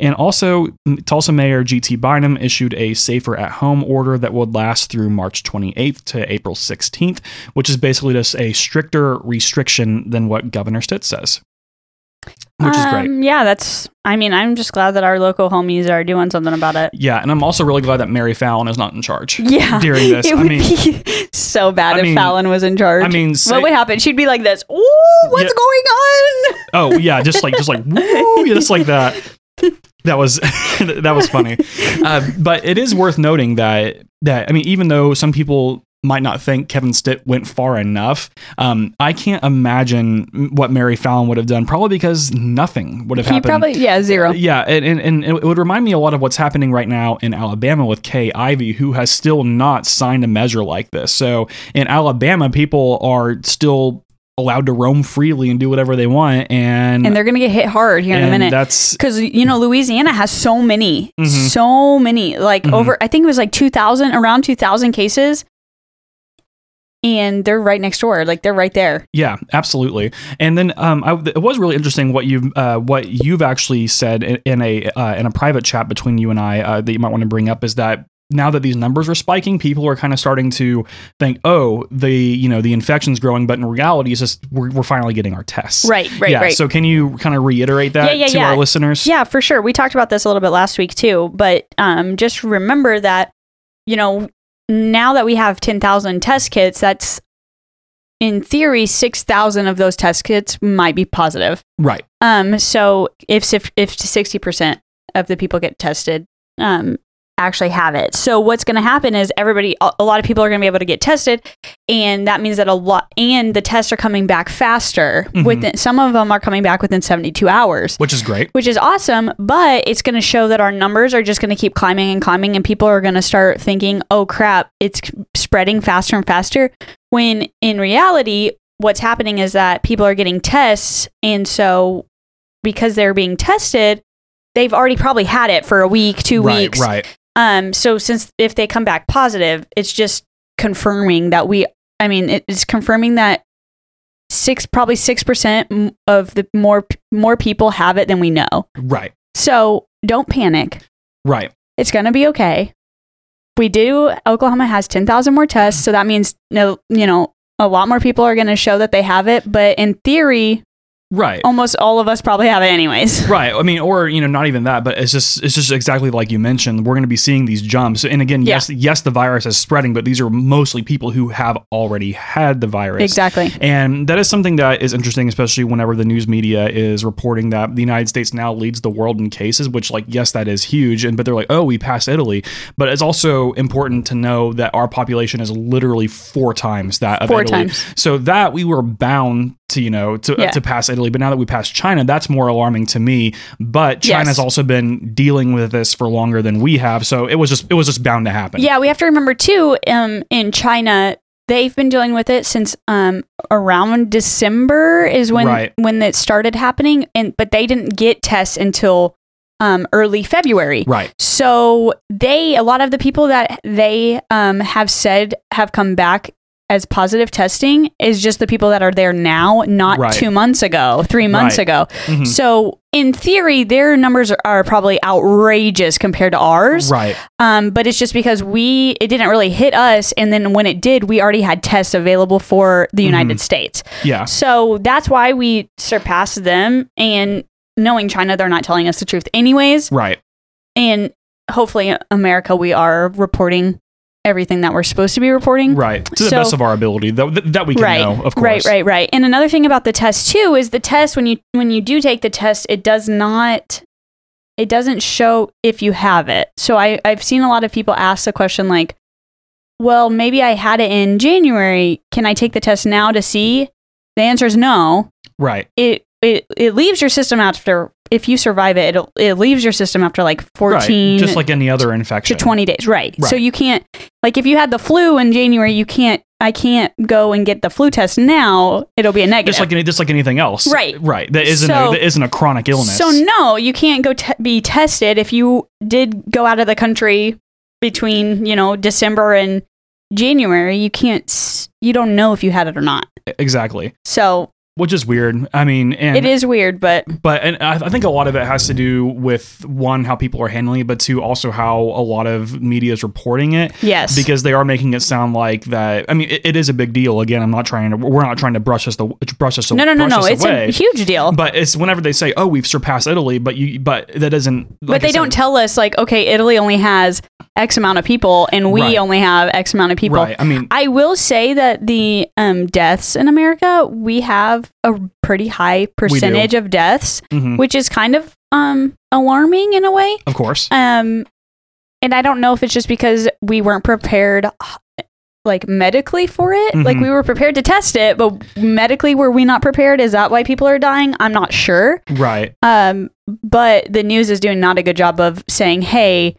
[SPEAKER 2] And also, M- Tulsa Mayor G.T. Bynum issued a safer at home order that would last through March 28th to April 16th, which is basically just a stricter restriction than what Governor Stitt says. which is great.
[SPEAKER 3] Um, Yeah, that's. I mean, I'm just glad that our local homies are doing something about it.
[SPEAKER 2] Yeah, and I'm also really glad that Mary Fallon is not in charge.
[SPEAKER 3] Yeah,
[SPEAKER 2] During this,
[SPEAKER 3] it
[SPEAKER 2] I
[SPEAKER 3] would
[SPEAKER 2] mean-
[SPEAKER 3] be so bad
[SPEAKER 2] I
[SPEAKER 3] if
[SPEAKER 2] mean-
[SPEAKER 3] Fallon was in charge.
[SPEAKER 2] I mean, say-
[SPEAKER 3] what would happen? She'd be like this. Oh, what's
[SPEAKER 2] Yeah.
[SPEAKER 3] going on?
[SPEAKER 2] Oh yeah, just like just like woo, yeah, just like that. That was that was funny, uh, but it is worth noting that that I mean, even though some people might not think Kevin Stitt went far enough, um, I can't imagine what Mary Fallon would have done. Probably because nothing would have
[SPEAKER 3] He
[SPEAKER 2] happened.
[SPEAKER 3] probably yeah zero.
[SPEAKER 2] Uh, Yeah, and, and, and it would remind me a lot of what's happening right now in Alabama with Kay Ivey, who has still not signed a measure like this. So in Alabama, people are still allowed to roam freely and do whatever they want, and,
[SPEAKER 3] and they're gonna get hit hard here in a
[SPEAKER 2] and
[SPEAKER 3] minute.
[SPEAKER 2] That's
[SPEAKER 3] because you know Louisiana has so many,
[SPEAKER 2] Mhm.
[SPEAKER 3] so many. Like
[SPEAKER 2] Mm-hmm.
[SPEAKER 3] over, I think it was like two thousand, around two thousand cases, and they're right next door. Like they're right there.
[SPEAKER 2] Yeah, absolutely. And then um, I, it was really interesting what you've uh, what you've actually said in, in a uh, in a private chat between you and I uh, that you might want to bring up is that now that these numbers are spiking, people are kind of starting to think, oh, the you know the infection's growing, but in reality, it's just we're, we're finally getting our tests.
[SPEAKER 3] Right, right,
[SPEAKER 2] yeah,
[SPEAKER 3] right.
[SPEAKER 2] So can you kind of reiterate that
[SPEAKER 3] Yeah, yeah,
[SPEAKER 2] to
[SPEAKER 3] yeah.
[SPEAKER 2] our listeners?
[SPEAKER 3] Yeah, for sure. We talked about this a little bit last week too, but um, just remember that you know now that we have ten thousand test kits, that's in theory six thousand of those test kits might be positive.
[SPEAKER 2] Right.
[SPEAKER 3] Um, so if if sixty percent of the people get tested, um, actually have it. So what's going to happen is everybody, a a lot of people are going to be able to get tested, and that means that a lot, and the tests are coming back faster.
[SPEAKER 2] Mhm.
[SPEAKER 3] Within some of them are coming back within seventy two hours.
[SPEAKER 2] Which is great.
[SPEAKER 3] Which is awesome, but it's going to show that our numbers are just going to keep climbing and climbing, and people are going to start thinking, oh crap, it's spreading faster and faster. When in reality, what's happening is that people are getting tests, and so because they're being tested, they've already probably had it for a week, two
[SPEAKER 2] right.
[SPEAKER 3] weeks.
[SPEAKER 2] Right.
[SPEAKER 3] Um, so since if they come back positive, it's just confirming that we. I mean, it- it's confirming that six, probably six percent of the more more people have it than we know.
[SPEAKER 2] Right.
[SPEAKER 3] So don't panic.
[SPEAKER 2] Right.
[SPEAKER 3] It's gonna be okay. We do. Oklahoma has ten thousand more tests, so that means no, you know, a lot more people are gonna show that they have it. But in theory,
[SPEAKER 2] Right.
[SPEAKER 3] almost all of us probably have it anyways.
[SPEAKER 2] Right. I mean, or you know, not even that, but it's just it's just exactly like you mentioned. We're going to be seeing these jumps, and again,
[SPEAKER 3] Yeah.
[SPEAKER 2] yes, yes, the virus is spreading, but these are mostly people who have already had the virus.
[SPEAKER 3] Exactly.
[SPEAKER 2] And that is something that is interesting, especially whenever the news media is reporting that the United States now leads the world in cases, which like, yes, that is huge. And but they're like, oh, we passed Italy. But it's also important to know that our population is literally four times that of
[SPEAKER 3] Four
[SPEAKER 2] Italy.
[SPEAKER 3] times.
[SPEAKER 2] So that we were bound to, you know, to, uh,
[SPEAKER 3] Yeah.
[SPEAKER 2] to pass Italy. But now that we passed China, that's more alarming to me. But
[SPEAKER 3] Yes.
[SPEAKER 2] China's also been dealing with this for longer than we have. So it was just it was just bound to happen.
[SPEAKER 3] Yeah, we have to remember too. Um, in China, they've been dealing with it since um around December is when
[SPEAKER 2] Right.
[SPEAKER 3] when it started happening, and but they didn't get tests until um early February.
[SPEAKER 2] Right.
[SPEAKER 3] So they a lot of the people that they um have said have come back as positive testing is just the people that are there now, not
[SPEAKER 2] Right.
[SPEAKER 3] two months ago, three months
[SPEAKER 2] Right.
[SPEAKER 3] ago.
[SPEAKER 2] Mhm.
[SPEAKER 3] So in theory, their numbers are, are probably outrageous compared to ours.
[SPEAKER 2] Right.
[SPEAKER 3] Um, but it's just because we it didn't really hit us, and then when it did, we already had tests available for
[SPEAKER 2] Mm-hmm.
[SPEAKER 3] the United States.
[SPEAKER 2] Yeah.
[SPEAKER 3] So that's why we surpassed them. And knowing China, they're not telling us the truth, anyways.
[SPEAKER 2] Right.
[SPEAKER 3] And hopefully, America, we are reporting everything that we're supposed to be reporting.
[SPEAKER 2] Right. To the
[SPEAKER 3] So-
[SPEAKER 2] best of our ability that, that- that we can
[SPEAKER 3] right,
[SPEAKER 2] know, of course.
[SPEAKER 3] right, right, right. And another thing about the test too is the test when you when you do take the test, it does not it doesn't show if you have it. So I I've seen a lot of people ask the question like, well, maybe I had it in January. Can I take the test now to see? The answer is no.
[SPEAKER 2] Right.
[SPEAKER 3] It it it leaves your system after if you survive it, it it leaves your system after like fourteen
[SPEAKER 2] Right. Just like any other
[SPEAKER 3] to
[SPEAKER 2] infection.
[SPEAKER 3] 20 days right. so
[SPEAKER 2] Right.
[SPEAKER 3] you can't like if you had the flu in january you can't i can't go and get the flu test now it'll be a negative
[SPEAKER 2] Just like any, just like anything else.
[SPEAKER 3] Right.
[SPEAKER 2] Right. That isn't a,
[SPEAKER 3] So-
[SPEAKER 2] that isn't a chronic illness.
[SPEAKER 3] so no you can't go te- be tested if you did go out of the country between you know december and january you can't s- you don't know if you had it or not
[SPEAKER 2] exactly.
[SPEAKER 3] so
[SPEAKER 2] which is weird. I mean, and
[SPEAKER 3] it is weird, but
[SPEAKER 2] but and I, I think a lot of it has to do with one how people are handling it, but two also how a lot of media is reporting it.
[SPEAKER 3] Yes.
[SPEAKER 2] because they are making it sound like that. I mean, it, it is a big deal. Again, I'm not trying to. We're not trying to brush us the brush us.
[SPEAKER 3] no, no, no,
[SPEAKER 2] brush
[SPEAKER 3] no.
[SPEAKER 2] us
[SPEAKER 3] It's
[SPEAKER 2] away.
[SPEAKER 3] a huge deal. But,
[SPEAKER 2] But it's whenever they say, "Oh, we've surpassed Italy," but you, but that isn't. like I
[SPEAKER 3] they don't
[SPEAKER 2] said-
[SPEAKER 3] tell us like, okay, Italy only has X amount of people, and we
[SPEAKER 2] Right.
[SPEAKER 3] only have X amount of people.
[SPEAKER 2] Right. I mean,
[SPEAKER 3] I will say that the um, deaths in America, we have a pretty high percentage of deaths,
[SPEAKER 2] mhm,
[SPEAKER 3] which is kind of um, alarming in a way.
[SPEAKER 2] of course.
[SPEAKER 3] Um, and I don't know if it's just because we weren't prepared, like medically for it. Like
[SPEAKER 2] Mhm.
[SPEAKER 3] we were prepared to test it, but medically were we not prepared? Is that why people are dying? I'm not sure.
[SPEAKER 2] right.
[SPEAKER 3] Um, but the news is doing not a good job of saying, hey,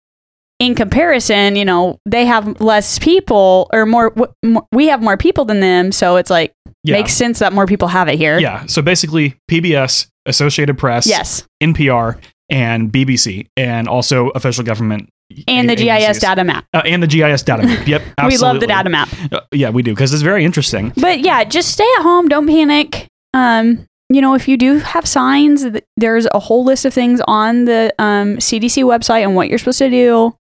[SPEAKER 3] in comparison, you know, they have less people or more, w- more we have more people than them. So it's like,
[SPEAKER 2] Yeah.
[SPEAKER 3] makes sense that more people have it here.
[SPEAKER 2] yeah. So basically, PBS, Associated Press,
[SPEAKER 3] Yes.
[SPEAKER 2] NPR, and BBC, and also official government.
[SPEAKER 3] And the GIS
[SPEAKER 2] agencies.
[SPEAKER 3] data map.
[SPEAKER 2] Uh, and the GIS data map. Yep, absolutely.
[SPEAKER 3] We love the data map.
[SPEAKER 2] Uh, yeah, we do because it's very interesting.
[SPEAKER 3] But yeah, just stay at home. Don't panic. Um, you know, if you do have signs, th- there's a whole list of things on the um, CDC website and what you're supposed to do.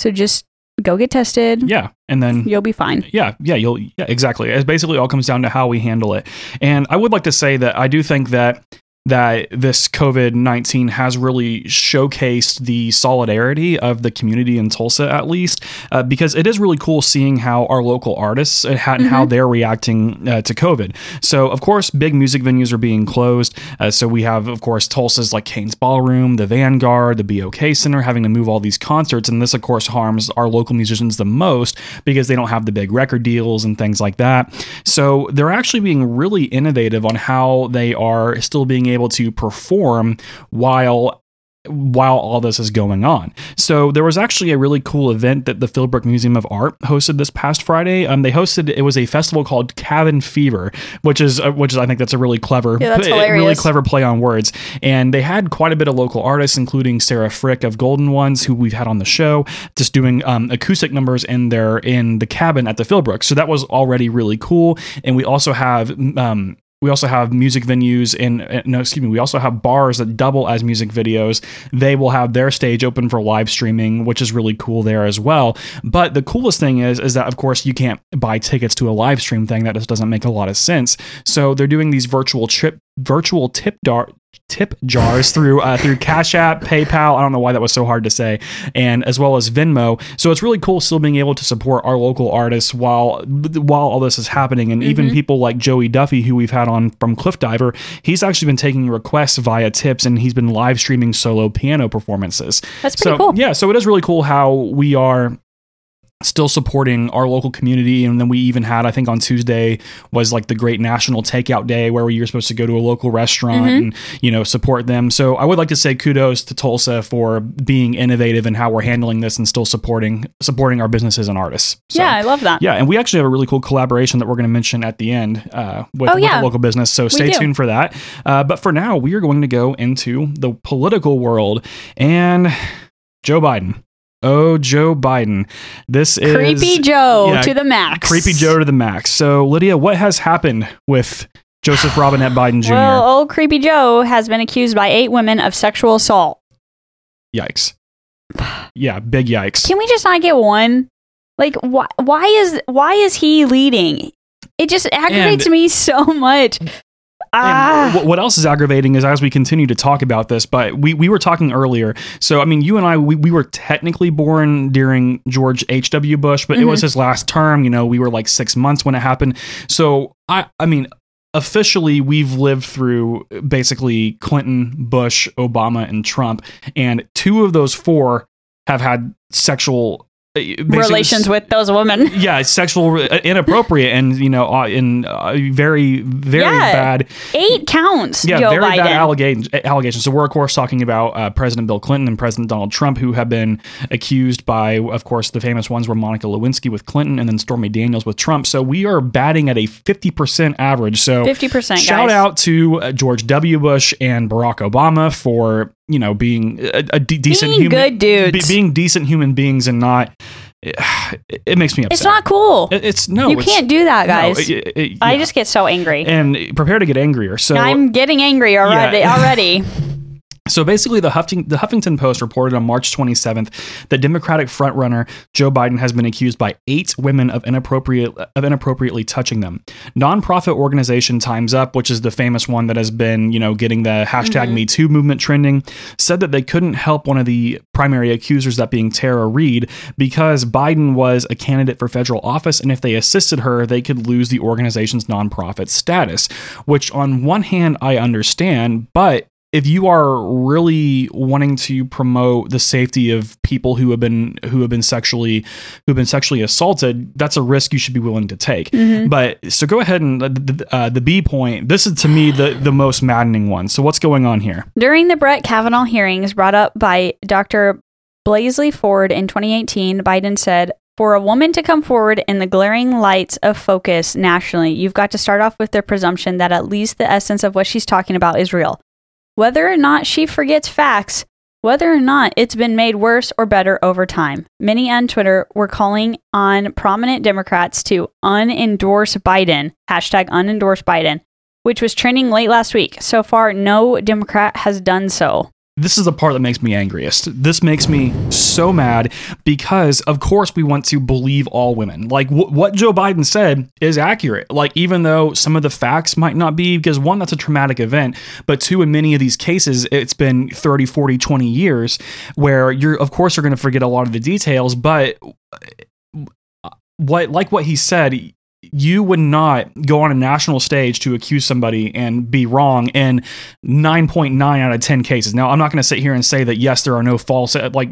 [SPEAKER 3] So just go get tested.
[SPEAKER 2] Yeah, and then
[SPEAKER 3] You'll be fine.
[SPEAKER 2] yeah, yeah, you'll yeah, exactly. It basically all comes down to how we handle it. And I would like to say that I do think that that this COVID nineteen has really showcased the solidarity of the community in Tulsa, at least, uh, because it is really cool seeing how our local artists and how, and how
[SPEAKER 3] Mm-hmm.
[SPEAKER 2] they're reacting uh, to COVID. So, of course, big music venues are being closed. Uh, so we have, of course, Tulsa's like Kane's Ballroom, the Vanguard, the BOK Center having to move all these concerts, and this, of course, harms our local musicians the most because they don't have the big record deals and things like that. So they're actually being really innovative on how they are still being able to perform while while all this is going on. So there was actually a really cool event that the Philbrook Museum of Art hosted this past Friday. Um, they hosted it was a festival called Cabin Fever, which is uh, which is I think that's a really clever,
[SPEAKER 3] Yeah, that's
[SPEAKER 2] a really
[SPEAKER 3] hilarious.
[SPEAKER 2] clever play on words. And they had quite a bit of local artists, including Sarah Frick of Golden Ones, who we've had on the show, just doing um, acoustic numbers in their in the cabin at the Philbrook. So that was already really cool. And we also have um, we also have music venues and uh, no, excuse me. We also have bars that double as music videos. They will have their stage open for live streaming, which is really cool there as well. But the coolest thing is, is that of course you can't buy tickets to a live stream thing. That just doesn't make a lot of sense. So they're doing these virtual trip, virtual tip dar tip jars through uh, through Cash App, PayPal. I don't know why that was so hard to say, and as well as Venmo. So it's really cool still being able to support our local artists while while all this is happening. And
[SPEAKER 3] Mm-hmm.
[SPEAKER 2] even people like Joey Duffy, who we've had on from Cliff Diver, he's actually been taking requests via tips, and he's been live streaming solo piano performances.
[SPEAKER 3] That's pretty
[SPEAKER 2] So
[SPEAKER 3] cool.
[SPEAKER 2] yeah, so it is really cool how we are still supporting our local community and then we even had i think on tuesday was like the great national takeout day where you're supposed to go to a local restaurant and you know support them so i would like to say kudos to tulsa for being innovative in how we're handling this and still supporting supporting our businesses and artists So,
[SPEAKER 3] yeah, I love that.
[SPEAKER 2] yeah and we actually have a really cool collaboration that we're going to mention at the end uh, with,
[SPEAKER 3] Oh,
[SPEAKER 2] with
[SPEAKER 3] yeah.
[SPEAKER 2] a local business so stay
[SPEAKER 3] do.
[SPEAKER 2] tuned for that uh, but for now we are going to go into the political world and joe biden oh joe biden this is
[SPEAKER 3] Creepy Joe
[SPEAKER 2] yeah,
[SPEAKER 3] to the max.
[SPEAKER 2] Creepy Joe to the max. So, Lydia, what has happened with Joseph Robinette Biden Jr.?
[SPEAKER 3] Well, old Creepy Joe has been accused by eight women of sexual assault.
[SPEAKER 2] yikes. Yeah, big yikes.
[SPEAKER 3] Can we just not get one? Like, why? Why is why is he leading? It just aggravates me so much. Ah,
[SPEAKER 2] And wh- what else is aggravating is as we continue to talk about this, but we, we were talking earlier. So, I mean, you and I, we, we were technically born during George H.W. Bush, but it
[SPEAKER 3] Mm-hmm.
[SPEAKER 2] was his last term. You know, we were like six months when it happened. So, I, I mean, officially, we've lived through basically Clinton, Bush, Obama, and Trump. And two of those four have had sexual
[SPEAKER 3] relations
[SPEAKER 2] with
[SPEAKER 3] with those women.
[SPEAKER 2] yeah, it's sexual, uh, inappropriate, and you know, uh, in uh, very, very
[SPEAKER 3] Yeah.
[SPEAKER 2] bad,
[SPEAKER 3] Eight counts.
[SPEAKER 2] yeah,
[SPEAKER 3] Joe
[SPEAKER 2] very
[SPEAKER 3] Biden.
[SPEAKER 2] bad allegations. Allegations. So we're of course talking about uh, President Bill Clinton and President Donald Trump, who have been accused by, of course, the famous ones were Monica Lewinsky with Clinton and then Stormy Daniels with Trump. So we are batting at a fifty percent average. So
[SPEAKER 3] 50%,
[SPEAKER 2] Shout
[SPEAKER 3] guys.
[SPEAKER 2] out to uh, George W. Bush and Barack Obama for you know being a, a de- decent
[SPEAKER 3] Being
[SPEAKER 2] human,
[SPEAKER 3] good dudes.
[SPEAKER 2] be- being decent human beings and not it, it makes me upset.
[SPEAKER 3] It's not cool.
[SPEAKER 2] It- it's Uh, no.
[SPEAKER 3] you
[SPEAKER 2] it's-
[SPEAKER 3] can't do that,
[SPEAKER 2] no,
[SPEAKER 3] guys.
[SPEAKER 2] it- it-
[SPEAKER 3] I
[SPEAKER 2] yeah.
[SPEAKER 3] just get so angry.
[SPEAKER 2] and prepare to get angrier. So
[SPEAKER 3] I'm getting angry already.
[SPEAKER 2] Yeah.
[SPEAKER 3] Already,
[SPEAKER 2] So basically, the Huffington, the Huffington Post reported on March 27th that Democratic frontrunner Joe Biden has been accused by eight women of inappropriate of inappropriately touching them. Nonprofit organization Times Up, which is the famous one that has been you know getting the hashtag Me Too movement trending, said that they couldn't help one of the primary accusers, that being Tara Reid, because Biden was a candidate for federal office, and if they assisted her, they could lose the organization's nonprofit status. Which, on one hand, I understand, but if you are really wanting to promote the safety of people who have been who have been sexually who've been sexually assaulted, that's a risk you should be willing to take. But so go ahead and uh, the, uh, the B point. This is to me the the most maddening one. So what's going on here?
[SPEAKER 3] during the Brett Kavanaugh hearings brought up by Dr. Blaisley Ford in 2018, Biden said, "For a woman to come forward in the glaring lights of focus nationally, you've got to start off with the presumption that at least the essence of what she's talking about is real, whether or not she forgets facts." Whether or not it's been made worse or better over time, many on Twitter were calling on prominent Democrats to unendorse Biden, hashtag unendorse Biden, which was trending late last week. So far, no Democrat has done so.
[SPEAKER 2] this is the part that makes me angriest. This makes me so mad because, of course, we want to believe all women. Like wh- what Joe Biden said is accurate. Like even though some of the facts might not be, because one, that's a traumatic event, but two, in many of these cases, it's been 30, 40, 20 years where you're, of course, you're going to forget a lot of the details. But uh, what, like what he said, you would not go on a national stage to accuse somebody and be wrong in 9.9 out of 10 cases. Now, I'm not going to sit here and say that yes, there are no false uh, like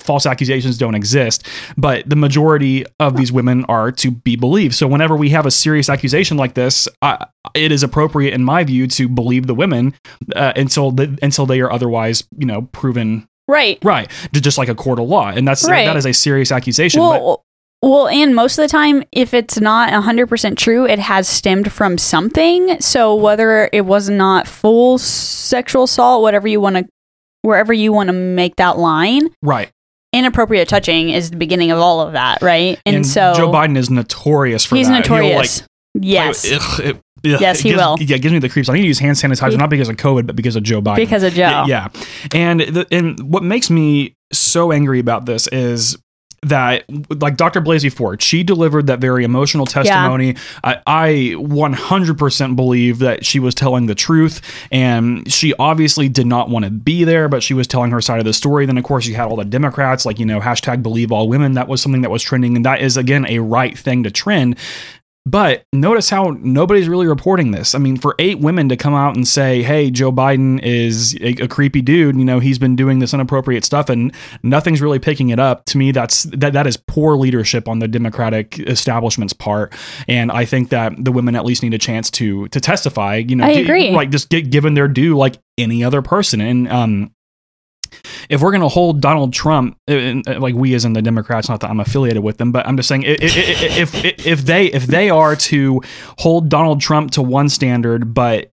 [SPEAKER 2] false accusations don't exist, but the majority of these women are to be believed. So whenever we have a serious accusation like this, I, it is appropriate in my view to believe the women uh, until the, until they are otherwise, you know, proven
[SPEAKER 3] Right.
[SPEAKER 2] right, J- just like a court of law. And that's
[SPEAKER 3] Right.
[SPEAKER 2] that is a serious accusation. but-
[SPEAKER 3] Well, well, and most of the time, if it's not 100% true, it has stemmed from something. So whether it was not full sexual assault, whatever you want to, wherever you want to make that line,
[SPEAKER 2] right.
[SPEAKER 3] inappropriate touching is the beginning of all of that, right? And, so
[SPEAKER 2] Joe Biden is notorious for
[SPEAKER 3] he's
[SPEAKER 2] that. He'll, like,
[SPEAKER 3] notorious. yes.
[SPEAKER 2] Ugh, it- ugh,
[SPEAKER 3] Yes,
[SPEAKER 2] it
[SPEAKER 3] he
[SPEAKER 2] gives-
[SPEAKER 3] will.
[SPEAKER 2] Yeah, it gives me the creeps. I need to use hand sanitizer, not because of COVID, but because of Joe Biden.
[SPEAKER 3] because of Joe.
[SPEAKER 2] Y- yeah, and the, and what makes me so angry about this is that like Dr. Blasey Ford, she delivered that very emotional testimony. I, I 100% believe that she was telling the truth and she obviously did not want to be there, but she was telling her side of the story. Then of course you had all the Democrats like, you know, hashtag believe all women. That was something that was trending. And that is again, a right thing to trend. But notice how nobody's really reporting this. I mean, for eight women to come out and say, "Hey, Joe Biden is a, a creepy dude. You know, he's been doing this inappropriate stuff, and nothing's really picking it up." To me, that's that that is poor leadership on the Democratic establishment's part. And I think that the women at least need a chance to to testify. You know,
[SPEAKER 3] I
[SPEAKER 2] gi-
[SPEAKER 3] agree.
[SPEAKER 2] like just get given their due, like any other person. And um, if we're going to hold Donald Trump, uh, uh, like we as in the Democrats, not that I'm affiliated with them, but I'm just saying i- i- i- if if, if they if they are to hold Donald Trump to one standard, but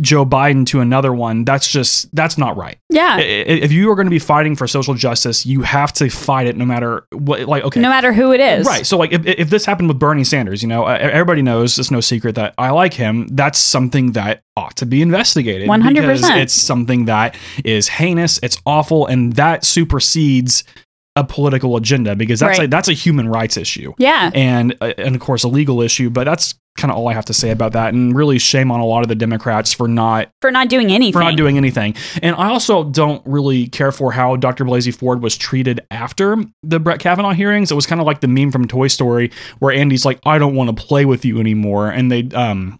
[SPEAKER 2] Joe Biden to another one, that's just that's not right. I-
[SPEAKER 3] Yeah.
[SPEAKER 2] i- If you are going to be fighting for social justice, you have to fight it no matter what. Like okay,
[SPEAKER 3] No matter who it is.
[SPEAKER 2] Right. So, like, if, if this happened with Bernie Sanders, you know, uh, everybody knows it's no secret that I like him. That's something that ought to be investigated.
[SPEAKER 3] 100%.
[SPEAKER 2] because It's something that is heinous. It's awful, and that supersedes a political agenda because that's
[SPEAKER 3] Right.
[SPEAKER 2] a, that's a human rights issue
[SPEAKER 3] Yeah.
[SPEAKER 2] and uh, and of course a legal issue. But that's kind of all I have to say about that. And really, shame on a lot of the Democrats for not
[SPEAKER 3] For not doing anything.
[SPEAKER 2] for not doing anything. And I also don't really care for how Dr. Blasey Ford was treated after the Brett Kavanaugh hearings. It was kind of like the meme from Toy Story where Andy's like, "I don't want to play with you anymore," and they um.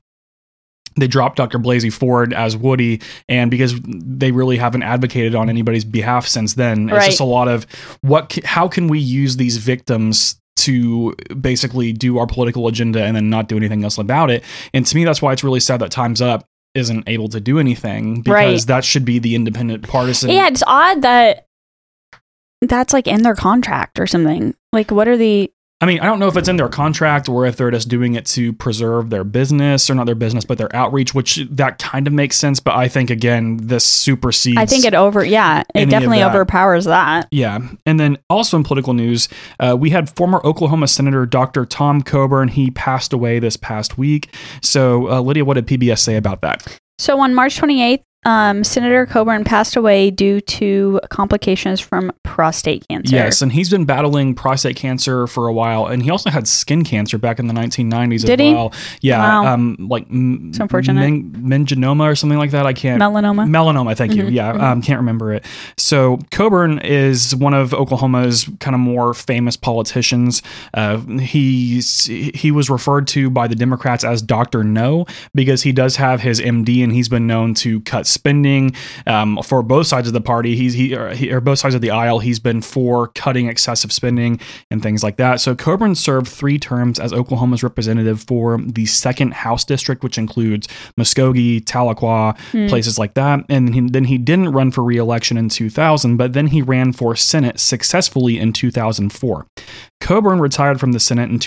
[SPEAKER 2] They dropped Dr. Blasey Ford as Woody, and because they really haven't advocated on anybody's behalf since then, it's
[SPEAKER 3] Right.
[SPEAKER 2] just a lot of what, ca- how can we use these victims to basically do our political agenda and then not do anything else about it? And to me, that's why it's really sad that Time's Up isn't able to do anything because
[SPEAKER 3] Right.
[SPEAKER 2] that should be the independent partisan.
[SPEAKER 3] yeah, it's odd that that's like in their contract or something. Like, what are the
[SPEAKER 2] I mean, I don't know if it's in their contract or if they're just doing it to preserve their business or not their business, but their outreach, which that kind of makes sense. But I think again, this supersedes.
[SPEAKER 3] I think it over, yeah,
[SPEAKER 2] Any
[SPEAKER 3] it
[SPEAKER 2] of
[SPEAKER 3] definitely
[SPEAKER 2] that.
[SPEAKER 3] overpowers that.
[SPEAKER 2] Yeah. And then also in political news, uh, we had former Oklahoma Senator Dr. Tom Coburn. He passed away this past week. So, uh, Lydia, what did PBS say about that?
[SPEAKER 3] So on March 28th, um, Senator Coburn passed away due to complications from prostate cancer.
[SPEAKER 2] Yes. And he's been battling prostate cancer for a while. And he also had skin cancer back in the 1990s
[SPEAKER 3] Did
[SPEAKER 2] as
[SPEAKER 3] he?
[SPEAKER 2] well. Yeah.
[SPEAKER 3] Wow.
[SPEAKER 2] Um, like, m-
[SPEAKER 3] It's unfortunate.
[SPEAKER 2] men- meningioma or something like that. I can't.
[SPEAKER 3] melanoma.
[SPEAKER 2] Melanoma, thank you.
[SPEAKER 3] Mhm,
[SPEAKER 2] Yeah,
[SPEAKER 3] mhm.
[SPEAKER 2] um, can't remember it. So Coburn is one of Oklahoma's kind of more famous politicians. Uh, he's he was referred to by the Democrats as Doctor No because he does have his MD, and he's been known to cut spending um, for both sides of the party. He's he or, he or both sides of the aisle. He's been for cutting excessive spending and things like that. So Coburn served three terms as Oklahoma's representative for the second House district, which includes Muskogee, Tahlequah, places like that. And he, then he didn't run for re-election in 2000, but then he ran for Senate successfully in 2004. Coburn retired from the Senate in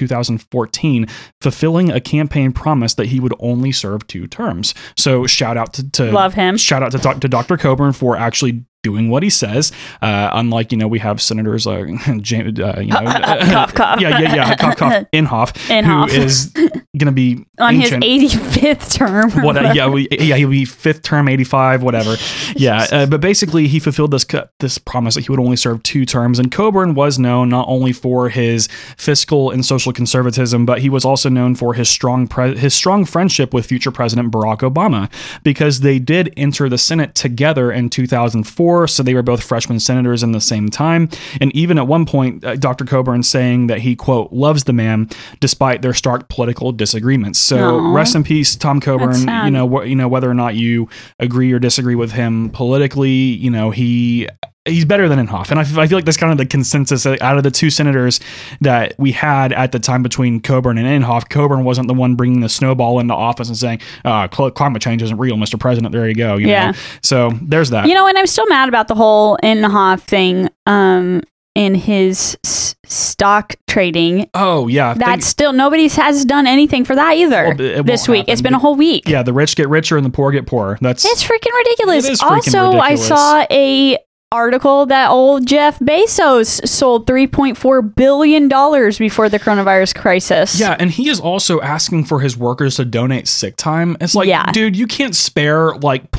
[SPEAKER 2] 2014, fulfilling a campaign promise that he would only serve two terms. So shout out to, to
[SPEAKER 3] Love him.
[SPEAKER 2] Shout out to, doc- to Dr. Coburn for actually doing what he says. Uh, unlike you know we have senators like James, uh, you know,
[SPEAKER 3] Cough, cough.
[SPEAKER 2] yeah, yeah, yeah, cough, cough, Inhofe,
[SPEAKER 3] Inhofe.
[SPEAKER 2] who is going to be
[SPEAKER 3] on
[SPEAKER 2] ancient
[SPEAKER 3] his 85th term. or
[SPEAKER 2] what
[SPEAKER 3] whatever.
[SPEAKER 2] yeah we, yeah he'll be fifth term 85 whatever yeah uh, but basically he fulfilled this co- this promise that he would only serve two terms and coburn was known not only for his fiscal and social conservatism but he was also known for his strong pre- his strong friendship with future president barack obama because they did enter the senate together in 2004 so they were both freshman senators in the same time and even at one point uh, dr coburn saying that he quote loves the man despite their stark political disagreements so
[SPEAKER 3] Aw.
[SPEAKER 2] rest in peace tom coburn
[SPEAKER 3] That's
[SPEAKER 2] Coburn,
[SPEAKER 3] sad.
[SPEAKER 2] you know, wh- you know whether or not you agree or disagree with him politically, you know, he he's better than Inhofe, and I, f- I feel like that's kind of the consensus out of the two senators that we had at the time between Coburn and Inhofe. Coburn wasn't the one bringing the snowball into office and saying, uh, cl- "Climate change isn't real, Mr. President." There you go. You
[SPEAKER 3] Yeah.
[SPEAKER 2] Know? So there's that.
[SPEAKER 3] You know, and I'm still mad about the whole Inhofe thing um, in his s- stock trading.
[SPEAKER 2] oh yeah.
[SPEAKER 3] That's still nobody has done anything for that either
[SPEAKER 2] Well, it won't
[SPEAKER 3] this week. It's
[SPEAKER 2] happen.
[SPEAKER 3] been a whole week.
[SPEAKER 2] yeah, the rich get richer and the poor get poorer. That's
[SPEAKER 3] It's freaking ridiculous.
[SPEAKER 2] It is freaking
[SPEAKER 3] also,
[SPEAKER 2] ridiculous.
[SPEAKER 3] I saw a article that old Jeff Bezos sold 3.4 billion dollars before the coronavirus crisis.
[SPEAKER 2] Yeah, and he is also asking for his workers to donate sick time. It's like,
[SPEAKER 3] Yeah.
[SPEAKER 2] dude, you can't spare like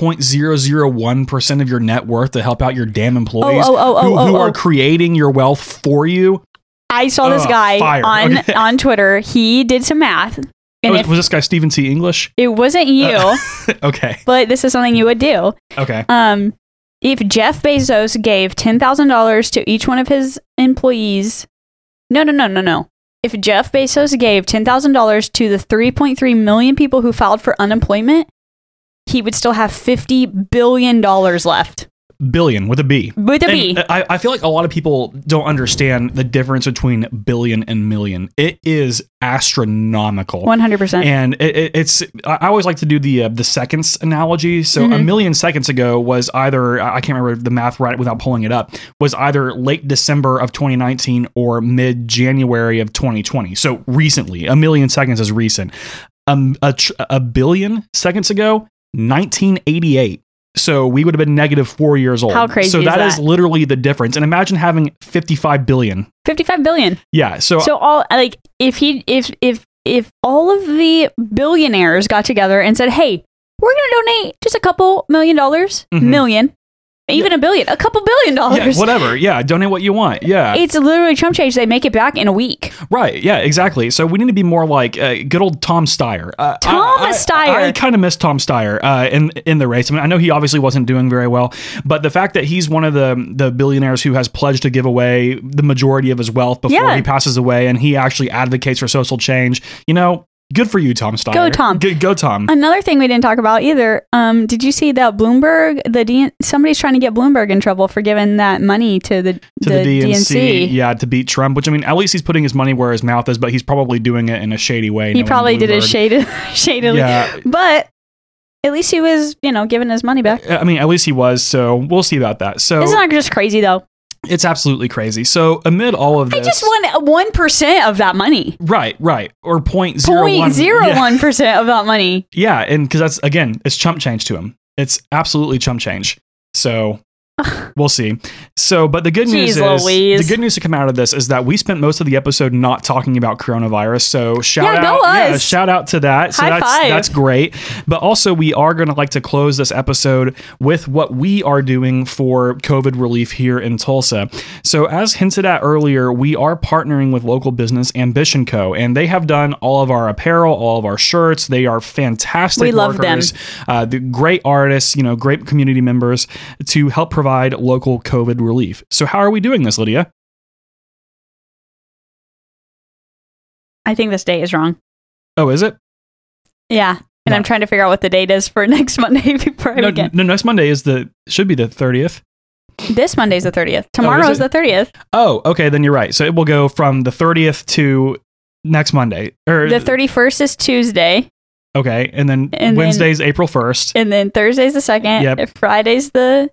[SPEAKER 2] 0.001% of your net worth to help out your damn employees
[SPEAKER 3] oh, oh,
[SPEAKER 2] who,
[SPEAKER 3] oh,
[SPEAKER 2] who
[SPEAKER 3] oh,
[SPEAKER 2] are
[SPEAKER 3] oh.
[SPEAKER 2] creating your wealth for you.
[SPEAKER 3] I saw this
[SPEAKER 2] Ugh,
[SPEAKER 3] guy
[SPEAKER 2] fire.
[SPEAKER 3] on
[SPEAKER 2] Okay.
[SPEAKER 3] on Twitter. He did some math, and
[SPEAKER 2] Oh, Uh,
[SPEAKER 3] if
[SPEAKER 2] was this guy Stephen C. English?
[SPEAKER 3] it wasn't you,
[SPEAKER 2] okay.
[SPEAKER 3] but this is something you would do.
[SPEAKER 2] Okay.
[SPEAKER 3] Um, if Jeff Bezos gave ten thousand dollars to each one of his employees, no, no, no, no, no. If Jeff Bezos gave ten thousand dollars to the three point three million people who filed for unemployment, he would still have fifty billion dollars left
[SPEAKER 2] Billion with a B.
[SPEAKER 3] with a
[SPEAKER 2] And uh,
[SPEAKER 3] B.
[SPEAKER 2] I, I feel like a lot of people don't understand the difference between billion and million. It is astronomical.
[SPEAKER 3] One hundred percent.
[SPEAKER 2] and it, it, it's I I always like to do the uh, the seconds analogy. So
[SPEAKER 3] Mm-hmm.
[SPEAKER 2] a million seconds ago was either I I can't remember the math right without pulling it up was either late December of 2019 or mid January of 2020. So recently, a million seconds is recent. Um, a tr- a billion seconds ago, 1988. So we would have been negative four years old.
[SPEAKER 3] How crazy
[SPEAKER 2] So
[SPEAKER 3] is
[SPEAKER 2] that is
[SPEAKER 3] that?
[SPEAKER 2] literally the difference. And imagine having 55 billion.
[SPEAKER 3] Fifty-five billion.
[SPEAKER 2] Yeah. So,
[SPEAKER 3] So all like if he if if if all of the billionaires got together and said, "Hey, we're going to donate just a couple million dollars,
[SPEAKER 2] Mhm.
[SPEAKER 3] million, even a billion, a couple billion
[SPEAKER 2] yeah,
[SPEAKER 3] dollars."
[SPEAKER 2] whatever. Yeah. Donate what you want. Yeah.
[SPEAKER 3] it's literally Trump change. They make it back in a week.
[SPEAKER 2] Right. Yeah. Exactly. So we need to be more like uh, good old Tom Steyer. Uh,
[SPEAKER 3] Tom
[SPEAKER 2] I, I-
[SPEAKER 3] Steyer.
[SPEAKER 2] I, kind of miss Tom Steyer uh, in in the race. I mean, I know he obviously wasn't doing very well, but the fact that he's one of the the billionaires who has pledged to give away the majority of his wealth before
[SPEAKER 3] Yeah.
[SPEAKER 2] he passes away, and he actually advocates for social change. You know, good for you, Tom Steyer.
[SPEAKER 3] Go, Tom.
[SPEAKER 2] Go, go Tom.
[SPEAKER 3] Another thing we didn't talk about either. Um, did you see that Bloomberg? The DN- somebody's trying to get Bloomberg in trouble for giving that money to the
[SPEAKER 2] to the, DNC, yeah, to beat Trump. Which I mean, at least he's putting his money where his mouth is, but he's probably doing it in a shady way.
[SPEAKER 3] He
[SPEAKER 2] knowing
[SPEAKER 3] probably did it
[SPEAKER 2] Bloomberg.
[SPEAKER 3] shaded, shadily,
[SPEAKER 2] Yeah,
[SPEAKER 3] but at least he was, you know, giving his money back.
[SPEAKER 2] I mean, at least he was. So we'll see about that. So
[SPEAKER 3] Isn't that just crazy though?
[SPEAKER 2] It's absolutely crazy. So amid all of this,
[SPEAKER 3] I just won one percent of that money.
[SPEAKER 2] right, right, or point zero one
[SPEAKER 3] Point zero
[SPEAKER 2] yeah.
[SPEAKER 3] one percent of that money.
[SPEAKER 2] Yeah, and because that's again, it's chump change to him. It's absolutely chump change. So we'll see. So, but the good
[SPEAKER 3] Jeez
[SPEAKER 2] news is
[SPEAKER 3] Louise.
[SPEAKER 2] the good news to come out of this is that we spent most of the episode not talking about coronavirus. So shout
[SPEAKER 3] Yeah,
[SPEAKER 2] out,
[SPEAKER 3] go
[SPEAKER 2] yeah,
[SPEAKER 3] us.
[SPEAKER 2] shout out to that. So
[SPEAKER 3] High
[SPEAKER 2] that's
[SPEAKER 3] five.
[SPEAKER 2] that's great. But also, we are going to like to close this episode with what we are doing for COVID relief here in Tulsa. So, as hinted at earlier, we are partnering with local business Ambition Co. And they have done all of our apparel, all of our shirts. They are fantastic.
[SPEAKER 3] We love them.
[SPEAKER 2] workers, Uh, the great artists, you know, great community members to help provide local COVID relief. So, how are we doing this, Lydia?
[SPEAKER 3] I think this date is wrong.
[SPEAKER 2] Oh, is it?
[SPEAKER 3] Yeah. And
[SPEAKER 2] No.
[SPEAKER 3] I'm trying to figure out what the date is for next Monday before I
[SPEAKER 2] No,
[SPEAKER 3] begin.
[SPEAKER 2] no, next Monday is the should be the thirtieth.
[SPEAKER 3] This Monday's the 30th. Tomorrow is
[SPEAKER 2] it?
[SPEAKER 3] the 30th.
[SPEAKER 2] Oh, okay, then you're right. So it will go from the 30th to next Monday. Or
[SPEAKER 3] The 31st is Tuesday,
[SPEAKER 2] okay, and then
[SPEAKER 3] And then-
[SPEAKER 2] Wednesday's April 1st.
[SPEAKER 3] and then Thursday's the 2nd,
[SPEAKER 2] Yep.
[SPEAKER 3] Friday's the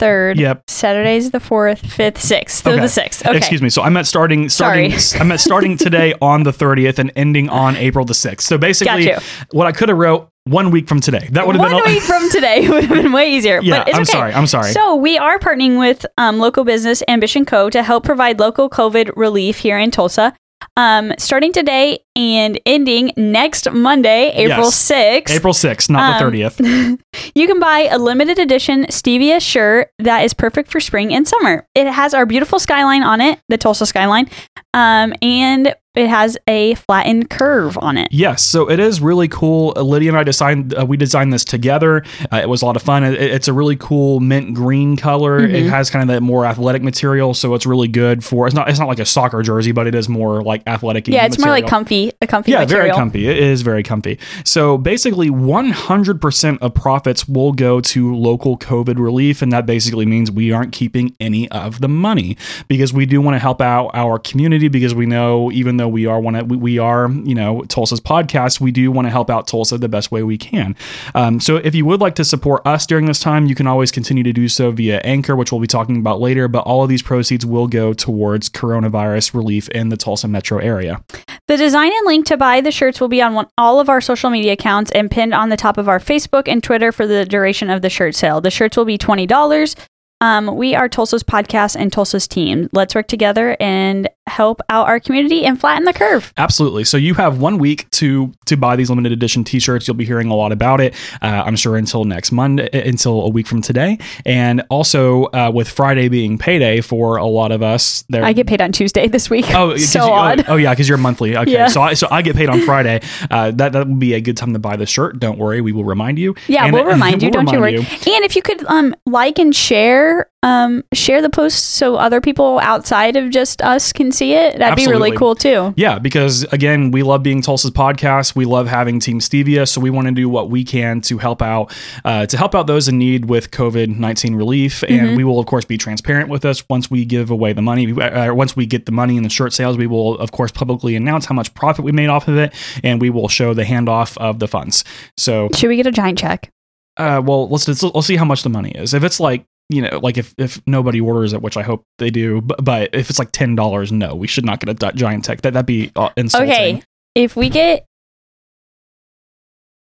[SPEAKER 3] 3rd,
[SPEAKER 2] Yep.
[SPEAKER 3] Saturday's the 4th, 5th, 6th. Those are the
[SPEAKER 2] Okay.
[SPEAKER 3] 6th. Okay.
[SPEAKER 2] Excuse me. So I'm at starting starting I'm at starting today on the 30th and ending on April the 6th. So basically
[SPEAKER 3] Got you.
[SPEAKER 2] what I could have wrote 1 week from today. That would have
[SPEAKER 3] One
[SPEAKER 2] been a-
[SPEAKER 3] week from today would have been way easier.
[SPEAKER 2] Yeah,
[SPEAKER 3] but it's
[SPEAKER 2] I'm
[SPEAKER 3] okay.
[SPEAKER 2] sorry. I'm sorry.
[SPEAKER 3] So we are partnering with um, local business Ambition Co. to help provide local COVID relief here in Tulsa. Um, starting today and ending next Monday, April
[SPEAKER 2] Yes.
[SPEAKER 3] 6th.
[SPEAKER 2] April 6th, not
[SPEAKER 3] Um,
[SPEAKER 2] the 30th.
[SPEAKER 3] You can buy a limited edition stevia shirt that is perfect for spring and summer. It has our beautiful skyline on it, the Tulsa skyline, um, and it has a flattened curve on it.
[SPEAKER 2] Yes, so it is really cool. Uh, Lydia and I designed uh, we designed this together. Uh, it was a lot of fun. It- it's a really cool mint green color.
[SPEAKER 3] Mm-hmm.
[SPEAKER 2] It has kind of that more athletic material, so it's really good for. It's not it's not like a soccer jersey, but it is more like athletic.
[SPEAKER 3] Yeah, it's more like comfy, a comfy
[SPEAKER 2] Yeah,
[SPEAKER 3] material.
[SPEAKER 2] very comfy. It is very comfy. So basically, 100% of profits will go to local COVID relief. And that basically means we aren't keeping any of the money because we do want to help out our community because we know, even though we are one of, we- we are, you know, Tulsa's podcast, we do want to help out Tulsa the best way we can. Um, so if you would like to support us during this time, you can always continue to do so via Anchor, which we'll be talking about later. But all of these proceeds will go towards coronavirus relief in the Tulsa metro area.
[SPEAKER 3] The design and link to buy the shirts will be on one, all of our social media accounts and pinned on the top of our Facebook and Twitter for the duration of the shirt sale. The shirts will be twenty dollars. Um, we are Tulsa's podcast and Tulsa's team. Let's work together and help out our community and flatten the curve.
[SPEAKER 2] Absolutely. So you have one week to to buy these limited edition T-shirts. You'll be hearing a lot about it, uh, I'm sure, until next Monday, uh, until a week from today, and also uh, with Friday being payday for a lot of us. There,
[SPEAKER 3] I get paid on Tuesday this week.
[SPEAKER 2] Oh,
[SPEAKER 3] Oh,
[SPEAKER 2] 'cause
[SPEAKER 3] so
[SPEAKER 2] you- oh,
[SPEAKER 3] odd.
[SPEAKER 2] Oh, yeah, because you're monthly. Okay,
[SPEAKER 3] Yeah.
[SPEAKER 2] so I, so I get paid on Friday. Uh, that that would be a good time to buy the shirt. Don't worry, we will remind you.
[SPEAKER 3] Yeah,
[SPEAKER 2] And-
[SPEAKER 3] we'll remind you.
[SPEAKER 2] we'll
[SPEAKER 3] don't you worry.
[SPEAKER 2] remind
[SPEAKER 3] And if you could um like and share um share the post so other people outside of just us can see it, that'd be really
[SPEAKER 2] Absolutely.
[SPEAKER 3] cool too.
[SPEAKER 2] Yeah, because again, we love being Tulsa's podcast. We love having Team Stevia, so we want to do what we can to help out uh, to help out those in need with COVID nineteen relief. And we will, of course, be transparent with us once we give away the money. Uh, once we get the money in the shirt sales, we will, of course, publicly announce how much profit we made off of it, and we will show the handoff of the funds. So,
[SPEAKER 3] Should we get a giant check?
[SPEAKER 2] uh, well, let's, let's let's see how much the money is. If it's like you know, like if if nobody orders it, which I hope they do, but, but if it's like ten dollars, no, we should not get a di- giant tech. That that'd be uh, insulting.
[SPEAKER 3] Okay. If we get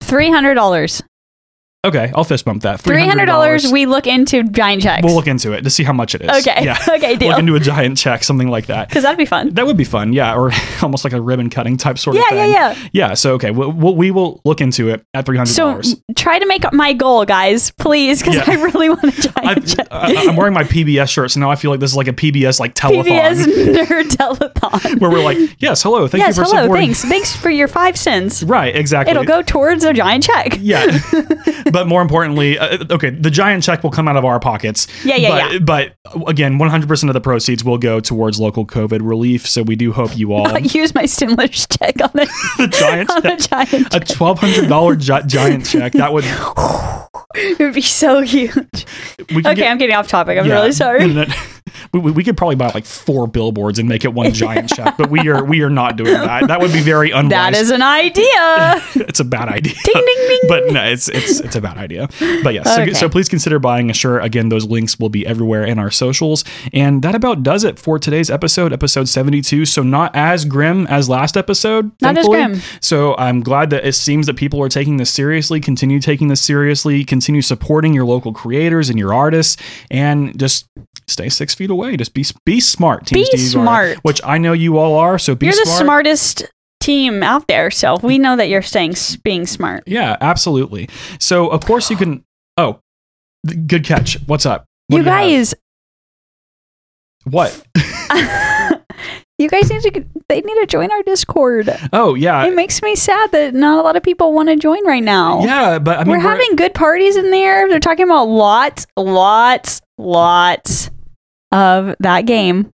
[SPEAKER 3] three hundred dollars.
[SPEAKER 2] Okay, I'll fist bump that.
[SPEAKER 3] Three hundred dollars we look into giant checks.
[SPEAKER 2] we'll look into it to see how much it is.
[SPEAKER 3] okay.
[SPEAKER 2] Yeah.
[SPEAKER 3] okay,
[SPEAKER 2] Look
[SPEAKER 3] deal.
[SPEAKER 2] into a giant check, something like that.
[SPEAKER 3] Because that'd be fun.
[SPEAKER 2] That would be fun, yeah, or almost like a ribbon cutting type sort of
[SPEAKER 3] Yeah,
[SPEAKER 2] thing.
[SPEAKER 3] yeah, yeah.
[SPEAKER 2] Yeah, so okay, we'll, we'll, we will look into it at three hundred
[SPEAKER 3] So
[SPEAKER 2] dollars.
[SPEAKER 3] try to make my goal, guys, please, because
[SPEAKER 2] Yeah.
[SPEAKER 3] I really want a giant
[SPEAKER 2] I,
[SPEAKER 3] check.
[SPEAKER 2] I, I'm wearing my PBS shirt, so now I feel like this is like a PBS like telethon
[SPEAKER 3] PBS nerd telethon.
[SPEAKER 2] where we're like, yes, hello, thank
[SPEAKER 3] yes,
[SPEAKER 2] you for
[SPEAKER 3] hello,
[SPEAKER 2] supporting.
[SPEAKER 3] thanks. Thanks for your five cents.
[SPEAKER 2] Right, exactly.
[SPEAKER 3] It'll go towards a giant check.
[SPEAKER 2] Yeah, but more importantly, uh, okay, the giant check will come out of our pockets.
[SPEAKER 3] Yeah, yeah,
[SPEAKER 2] but, yeah. But uh, again, 100% of the proceeds will go towards local COVID relief. So we do hope you all
[SPEAKER 3] I'll use my stimulus check on the,
[SPEAKER 2] the giant
[SPEAKER 3] on the
[SPEAKER 2] check,
[SPEAKER 3] giant
[SPEAKER 2] a
[SPEAKER 3] check.
[SPEAKER 2] twelve hundred dollar gi- giant check. That would
[SPEAKER 3] it would be so huge.
[SPEAKER 2] we can
[SPEAKER 3] Okay,
[SPEAKER 2] get-
[SPEAKER 3] I'm getting off topic. I'm
[SPEAKER 2] yeah.
[SPEAKER 3] really sorry.
[SPEAKER 2] No, no, no. we, we, we could probably buy like four billboards and make it one giant check, but we are we are not doing that. That would be very unwise.
[SPEAKER 3] That is an idea.
[SPEAKER 2] it's a bad idea.
[SPEAKER 3] ding ding ding.
[SPEAKER 2] But no, it's it's it's a bad idea. But yes,
[SPEAKER 3] Okay.
[SPEAKER 2] so, so please consider buying a shirt. Again, those links will be everywhere in our socials. And that about does it for today's episode, episode seventy-two. So not as grim as last episode.
[SPEAKER 3] Not as
[SPEAKER 2] thankfully.
[SPEAKER 3] grim.
[SPEAKER 2] So I'm glad that it seems that people are taking this seriously. Continue taking this seriously. Continue supporting your local creators and your artists, and just stay six feet away. Just be be smart. Team
[SPEAKER 3] Be
[SPEAKER 2] Steve Arnold,
[SPEAKER 3] smart.
[SPEAKER 2] which I know you all are. So be
[SPEAKER 3] you're the
[SPEAKER 2] smart.
[SPEAKER 3] smartest team out there, so we know that you're staying s- being smart.
[SPEAKER 2] Yeah, absolutely. So of course you can. Oh, th- good catch. What's up? What
[SPEAKER 3] you
[SPEAKER 2] do have?
[SPEAKER 3] guys,
[SPEAKER 2] what?
[SPEAKER 3] you guys need to they need to join our Discord.
[SPEAKER 2] Oh yeah,
[SPEAKER 3] it makes me sad that not a lot of people want to join right now.
[SPEAKER 2] yeah. But I mean,
[SPEAKER 3] we're, having good parties in there. They're talking about lots, lots, lots of that game.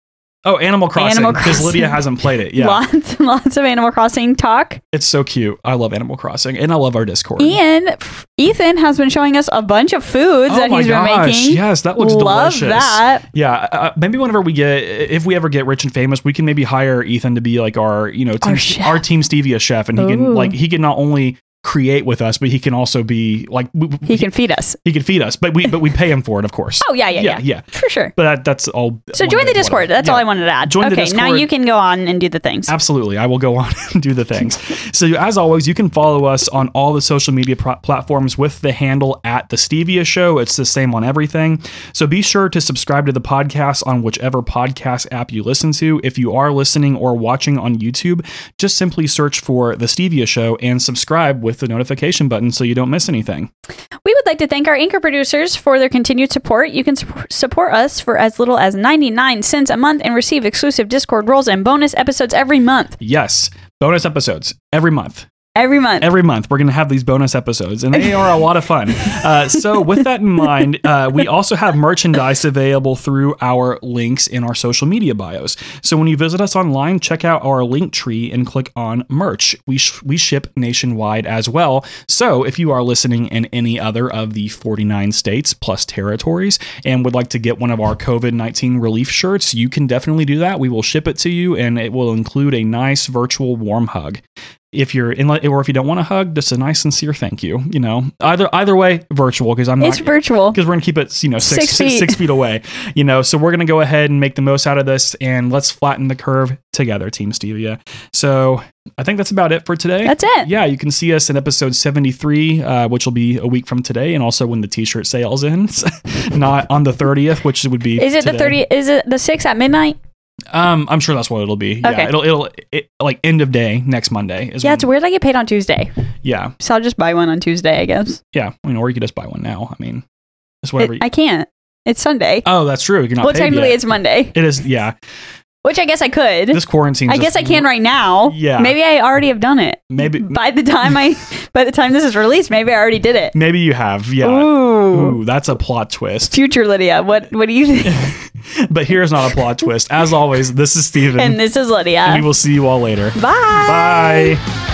[SPEAKER 2] oh Animal Crossing
[SPEAKER 3] Animal
[SPEAKER 2] because Lydia
[SPEAKER 3] Crossing.
[SPEAKER 2] hasn't played it. Yeah,
[SPEAKER 3] Lots and lots of Animal Crossing talk.
[SPEAKER 2] it's so cute. I love Animal Crossing and I love our Discord.
[SPEAKER 3] Ian, f- Ethan has been showing us a bunch of foods
[SPEAKER 2] Oh
[SPEAKER 3] that
[SPEAKER 2] my
[SPEAKER 3] he's
[SPEAKER 2] gosh,
[SPEAKER 3] been making.
[SPEAKER 2] yes, that looks
[SPEAKER 3] Love
[SPEAKER 2] delicious.
[SPEAKER 3] that.
[SPEAKER 2] Yeah, uh, maybe whenever we get, if we ever get rich and famous, we can maybe hire Ethan to be like our, you know, team,
[SPEAKER 3] Our chef.
[SPEAKER 2] our team Stevia chef, and he
[SPEAKER 3] Ooh.
[SPEAKER 2] can like he can not only create with us, but he can also be like we,
[SPEAKER 3] He can feed us.
[SPEAKER 2] he can feed us, but we but we pay him for it, of course.
[SPEAKER 3] Oh yeah, yeah, yeah,
[SPEAKER 2] yeah, yeah.
[SPEAKER 3] for sure.
[SPEAKER 2] But that, that's all.
[SPEAKER 3] So join the Discord. That's all I wanted to add.
[SPEAKER 2] Join the
[SPEAKER 3] okay, now
[SPEAKER 2] Discord.
[SPEAKER 3] you can go on and do the things.
[SPEAKER 2] Absolutely. I will go on and do the things. So, as always, you can follow us on all the social media pro- platforms with the handle at The Stevia Show. It's the same on everything. So, be sure to subscribe to the podcast on whichever podcast app you listen to. If you are listening or watching on YouTube, just simply search for The Stevia Show and subscribe with the notification button so you don't miss anything.
[SPEAKER 3] We would like to thank our anchor producers for their continued support. You can sup- support us for as little as 99 cents a month and receive exclusive Discord roles and bonus episodes every month.
[SPEAKER 2] Yes, bonus episodes every month.
[SPEAKER 3] Every month.
[SPEAKER 2] every month we're going to have these bonus episodes and they are a lot of fun uh, so with that in mind uh, we also have merchandise available through our links in our social media bios so when you visit us online check out our link tree and click on merch we, sh- we ship nationwide as well so if you are listening in any other of the 49 states plus territories and would like to get one of our covid-19 relief shirts you can definitely do that we will ship it to you and it will include a nice virtual warm hug if you're in or if you don't want to hug, just a nice sincere thank you. You know, either either way, virtual because I'm
[SPEAKER 3] it's
[SPEAKER 2] not
[SPEAKER 3] virtual.
[SPEAKER 2] because we're gonna keep it you know six
[SPEAKER 3] Six
[SPEAKER 2] six feet.
[SPEAKER 3] feet.
[SPEAKER 2] six feet away. You know, so we're gonna go ahead and make the most out of this and let's flatten the curve together, Team Stevia. So I think that's about it for today.
[SPEAKER 3] That's it.
[SPEAKER 2] Yeah, you can see us in episode 73, uh, which will be a week from today, and also when the t-shirt sales ends, not on the 30th, which would be
[SPEAKER 3] Is it the
[SPEAKER 2] today.
[SPEAKER 3] 30? Is it the 6 at midnight?
[SPEAKER 2] Um, I'm sure that's what it'll be.
[SPEAKER 3] Okay.
[SPEAKER 2] Yeah, it'll it'll it, like end of day next Monday. Is
[SPEAKER 3] Yeah,
[SPEAKER 2] when-
[SPEAKER 3] it's weird. I get paid on Tuesday.
[SPEAKER 2] yeah.
[SPEAKER 3] So I'll just buy one on Tuesday, I guess.
[SPEAKER 2] Yeah, I mean, or you could just buy one now. I mean, it's
[SPEAKER 3] It-
[SPEAKER 2] whatever. you,
[SPEAKER 3] I can't. It's Sunday.
[SPEAKER 2] oh, that's true. You're not
[SPEAKER 3] well,
[SPEAKER 2] paid
[SPEAKER 3] technically,
[SPEAKER 2] yet.
[SPEAKER 3] it's Monday,
[SPEAKER 2] It is. Yeah,
[SPEAKER 3] which I guess I could.
[SPEAKER 2] this quarantine.
[SPEAKER 3] I guess I can right now.
[SPEAKER 2] Yeah.
[SPEAKER 3] Maybe I already have done it.
[SPEAKER 2] Maybe
[SPEAKER 3] By the time I, by the time this is released, maybe I already did it.
[SPEAKER 2] maybe you have. Yeah.
[SPEAKER 3] Ooh.
[SPEAKER 2] Ooh, that's a plot twist.
[SPEAKER 3] Future Lydia, what what do you think?
[SPEAKER 2] But here's not a plot twist. As always, this is Steven.
[SPEAKER 3] and this is Lydia.
[SPEAKER 2] we will see you all later.
[SPEAKER 3] Bye.
[SPEAKER 2] Bye.